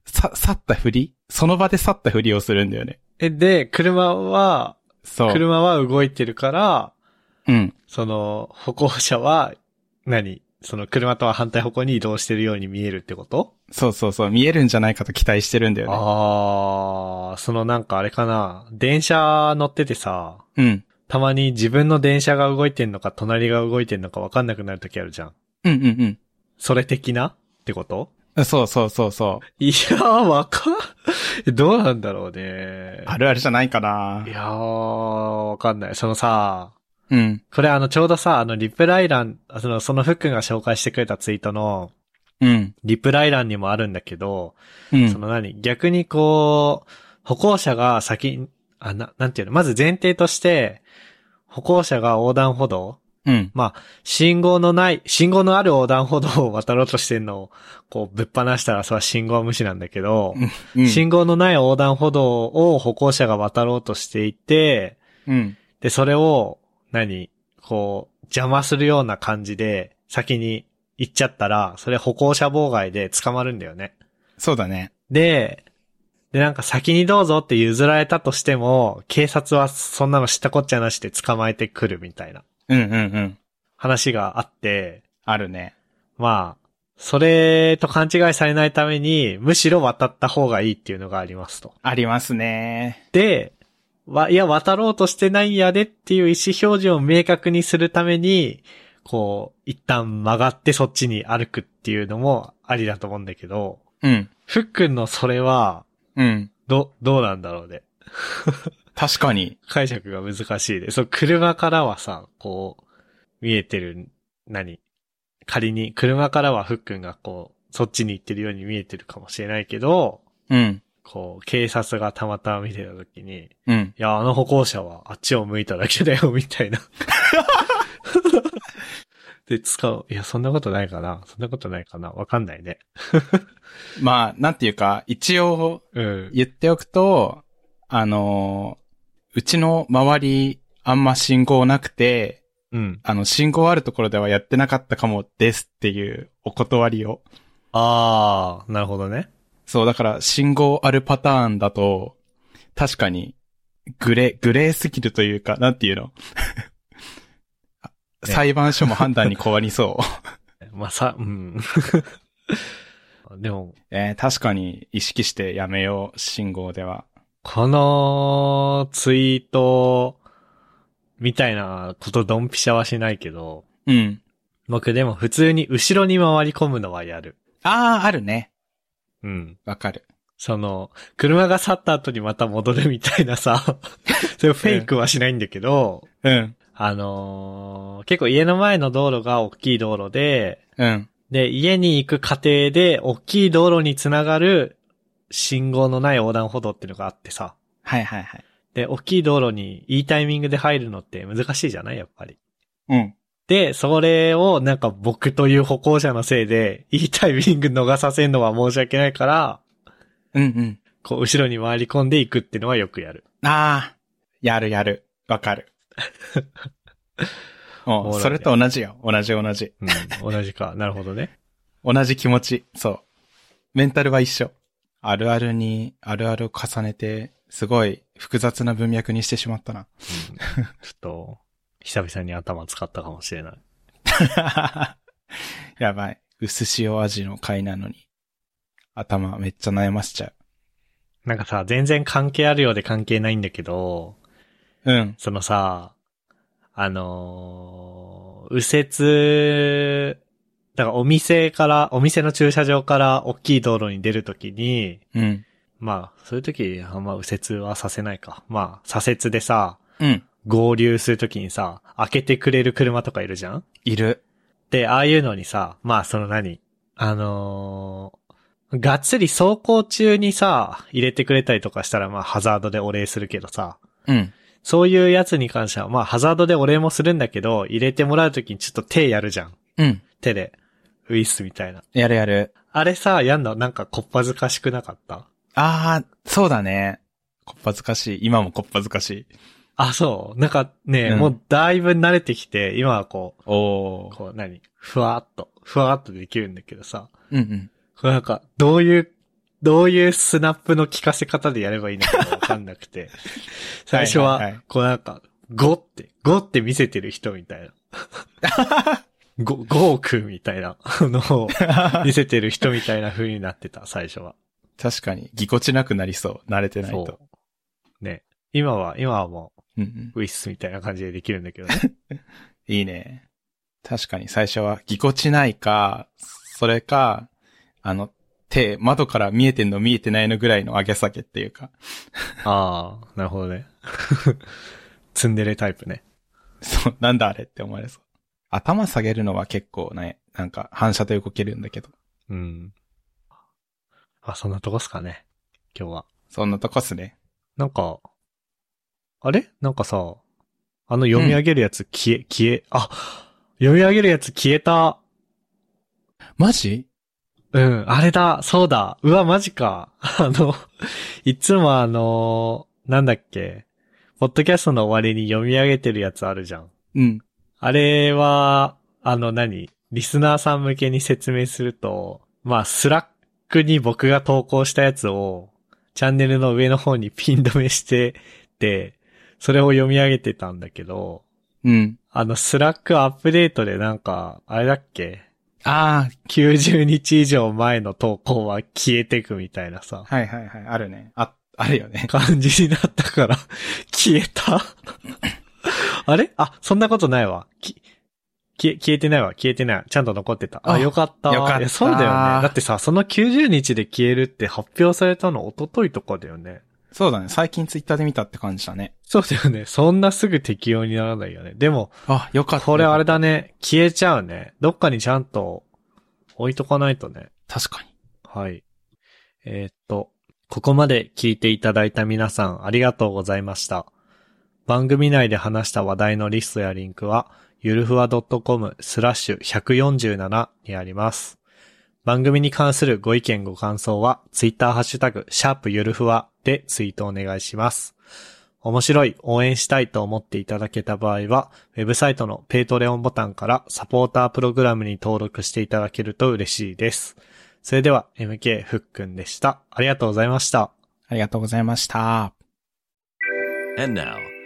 Speaker 2: さ、去ったふりその場で去ったふりをするんだよね。
Speaker 1: え、で、車は、
Speaker 2: そう。
Speaker 1: 車は動いてるから、
Speaker 2: うん。
Speaker 1: その、歩行者は、何その車とは反対方向に移動してるように見えるってこと
Speaker 2: そうそうそう。見えるんじゃないかと期待してるんだよ
Speaker 1: あー、そのなんかあれかな。電車乗っててさ、
Speaker 2: ね。うん。
Speaker 1: たまに自分の電車が動いてんのか、隣が動いてんのか分かんなくなるときあるじゃん。
Speaker 2: うんうん
Speaker 1: それ的なってこと
Speaker 2: うん。そうそうそうそう。
Speaker 1: いやー、わかん、えどうなんだろうね。
Speaker 2: あるあるじゃないかない
Speaker 1: やー、わかんない。そのさ、
Speaker 2: うん。
Speaker 1: これあの、ちょうどさ、あの、リプライ欄、あその、そのフックンが紹介してくれたツイートの、
Speaker 2: うん。
Speaker 1: リプライ欄にもあるんだけど、
Speaker 2: うん。
Speaker 1: その何逆にこう、歩行者が先に、あ、な、なんていうのまず前提として、歩行者が横断歩道
Speaker 2: うん。
Speaker 1: まあ、信号のない、信号のある横断歩道を渡ろうとしてんのを、こう、ぶっ放したら、それは信号は無視なんだけど、
Speaker 2: うん。
Speaker 1: 信号のない横断歩道を歩行者が渡ろうとしていて、
Speaker 2: うん。
Speaker 1: で、それを、何こう、邪魔するような感じで、先に行っちゃったら、それ歩行者妨害で捕まるんだよね。
Speaker 2: そうだね。
Speaker 1: で、で、なんか先にどうぞって譲られたとしても、警察はそんなの知ったこっちゃなしで捕まえてくるみたいな
Speaker 2: うんうんうん。
Speaker 1: 話があって、
Speaker 2: あるね。
Speaker 1: まあ、それと勘違いされないために、むしろ渡った方がいいっていうのがありますと。
Speaker 2: ありますね。
Speaker 1: で、わ、いや、渡ろうとしてないんやでっていう意思表示を明確にするために、こう、一旦曲がってそっちに歩くっていうのもありだと思うんだけど、
Speaker 2: うん。
Speaker 1: ふっくんのそれは、
Speaker 2: うん。
Speaker 1: ど、どうなんだろうね。
Speaker 2: 確かに。
Speaker 1: 解釈が難しいで。そう、車からはさ、こう、見えてる、何仮に、車からはふっくんがこう、そっちに行ってるように見えてるかもしれないけど、
Speaker 2: うん。
Speaker 1: こう、警察がたまたま見てた時に、い
Speaker 2: うん。
Speaker 1: や、あの歩行者はあっちを向いただけだよ、みたいな。 で、使う。いや、そんなことないかな。そんなことないかな。わかんないね。
Speaker 2: まあ、なんていうか、一応
Speaker 1: うん。
Speaker 2: 言っておくと、あのーうちの周り、あんま信号なくて、
Speaker 1: うん。
Speaker 2: あの、信号あるところではやってなかったかもですっていうお断りを。
Speaker 1: あー、なるほどね。
Speaker 2: そう、だから信号あるパターンだと、確かに、グレ、グレーすぎるというか、なんていうの あ
Speaker 1: ね
Speaker 2: 裁判所も判断に困りそう。
Speaker 1: まあ、さ、うん。 でも、
Speaker 2: えー確かに意識してやめよう、信号では。
Speaker 1: このツイートみたいなことドンピシャはしないけど、
Speaker 2: うん。
Speaker 1: 僕でも普通に後ろに回り込むのはやる。
Speaker 2: ああ、あるね。
Speaker 1: うん。
Speaker 2: わかる。
Speaker 1: その、車が去った後にまた戻るみたいなさ、それフェイクはしないんだけど、
Speaker 2: うん。
Speaker 1: あのー結構家の前の道路が大きい道路で、
Speaker 2: うん。
Speaker 1: で、家に行く過程で大きい道路につながる信号のない横断歩道っていうのがあってさ、
Speaker 2: はいはいはい。
Speaker 1: で、大きい道路にいいタイミングで入るのって難しいじゃないやっぱり。
Speaker 2: うん。
Speaker 1: で、それをなんか僕という歩行者のせいで、いいタイミング逃させるのは申し訳ないから、
Speaker 2: うん
Speaker 1: こう、後ろに回り込んでいくっていうのはよくやる。
Speaker 2: うん。ああ、やるやる。わか る。
Speaker 1: ほ
Speaker 2: お
Speaker 1: ら
Speaker 2: それと同じよ。同じ同じ。
Speaker 1: うん、同じか。なるほどね。
Speaker 2: 同じ気持ち。そう。メンタルは一緒。あるあるに、あるあるを重ねて、すごい複雑な文脈にしてしまったな。
Speaker 1: うんちょっと、久々に頭使ったかもしれない。
Speaker 2: やばい。薄塩味の回なのに。頭めっちゃ悩ましちゃ
Speaker 1: なんかさ、全然関係あるようで関係ないんだけど、
Speaker 2: う。うん。
Speaker 1: そのさ、あのー右折、だからお店から、お店の駐車場から大きい道路に出るときに、
Speaker 2: うん。
Speaker 1: まあ、そういうとき、あんま右折はさせないか。まあ、左折でさ、
Speaker 2: うん。
Speaker 1: 合流するときにさ、開けてくれる車とかいるじゃん
Speaker 2: いる。
Speaker 1: で、ああいうのにさ、まあその何あのーがっつり走行中にさ、入れてくれたりとかしたらまあハザードでお礼するけどさ、
Speaker 2: うん。
Speaker 1: そういうやつに関してはまあハザードでお礼もするんだけど、入れてもらうときにちょっと手やるじゃん。
Speaker 2: うん。
Speaker 1: 手で。ウィスみたいな。
Speaker 2: やるやる。
Speaker 1: あれさ、やんのなんかこっぱずかしくなかった
Speaker 2: あー、そうだね。こっぱずかしい。今もこっぱずかしい。
Speaker 1: あ、そう。なんかね、
Speaker 2: うん
Speaker 1: もうだいぶ慣れてきて、今はこう、
Speaker 2: おー。
Speaker 1: こう何ふわっと、ふわっとできるんだけどさ、
Speaker 2: うんうん。
Speaker 1: これなんか、どういう、どういうスナップの効かせ方でやればいいのかわかんなく て。最初
Speaker 2: はいはいは、
Speaker 1: はいこうなんか、ゴって、ゴって見せてる人みたい な。ゴ、ゴークみたいなのを 見せてる人みたいな風になってた、最初は。
Speaker 2: 確かに、ぎこちなくなりそう。慣れてない
Speaker 1: そ
Speaker 2: と。
Speaker 1: う。ね。今は、今はも
Speaker 2: うんうん。
Speaker 1: う、ウィスみたいな感じでできるんだけどね。
Speaker 2: いいね。確かに最初はぎこちないか、それか、あの、手、窓から見えてんの見えてないのぐらいの上げ下げっていうか。
Speaker 1: ああ、なるほどね。 ツンデレタイプね。
Speaker 2: そう、なんだあれって思われそう。頭下げるのは結構ね、なんか反射で動けるんだけど。
Speaker 1: うん。あ、そんなとこっすかね。今日は。
Speaker 2: そんなとこっすね。
Speaker 1: なんか、あれなんかさ、あの読み上げるやつ消え、消え、あ、読み上げるやつ消えた。
Speaker 2: マジ
Speaker 1: うん、あれだ、そうだ。うわ、マジか。 あの、いつもあの、なんだっけ、ポッドキャストの終わりに読み上げてるやつあるじゃん。
Speaker 2: うん。
Speaker 1: あれは、あの何リスナーさん向けに説明すると、まあ、スラックに僕が投稿したやつを、チャンネルの上の方にピン止めしてて、それを読み上げてたんだけど、
Speaker 2: うん。
Speaker 1: あの、スラックアップデートでなんか、あれだっけ
Speaker 2: あ
Speaker 1: ?90 日以上前の投稿は消えてくみたいなさ
Speaker 2: あ、、はいはいはい、あるね。あ、あるよね。
Speaker 1: 感じになったから、消えたあれあ、そんなことないわ。き消え、消えてないわ。消えてない。ちゃんと残ってた。あ、
Speaker 2: あ
Speaker 1: よかった。
Speaker 2: よかった
Speaker 1: いやそうだよね。だってさ、その90日で消えるって発表されたの一昨日とかだよね。
Speaker 2: そうだね。最近ツイッターで見たって感じだね。
Speaker 1: そうだよね。そんなすぐ適用にならないよね。でも、
Speaker 2: あ、よかった。
Speaker 1: これあれだね。消えちゃうね。どっかにちゃんと置いとかないとね。
Speaker 2: 確かに。
Speaker 1: はい。えーっと、ここまで聞いていただいた皆さんありがとうございました。番組内で話した話題のリストやリンクは、ゆるふわ .com スラッシュ147にあります。番組に関するご意見ご感想は、ツイッターハッシュタグ、シャープゆるふわでツイートお願いします。面白い、応援したいと思っていただけた場合は、ウェブサイトのペイトレオンボタンからサポータープログラムに登録していただけると嬉しいです。それでは MK ふっくんでした。ありがとうございました。
Speaker 2: ありがとうございました。
Speaker 3: And now,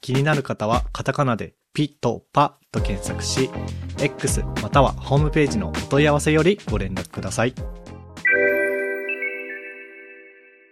Speaker 1: 気になる方はカタカナでピトパと検索し、X またはホームページのお問い合わせよりご連絡ください。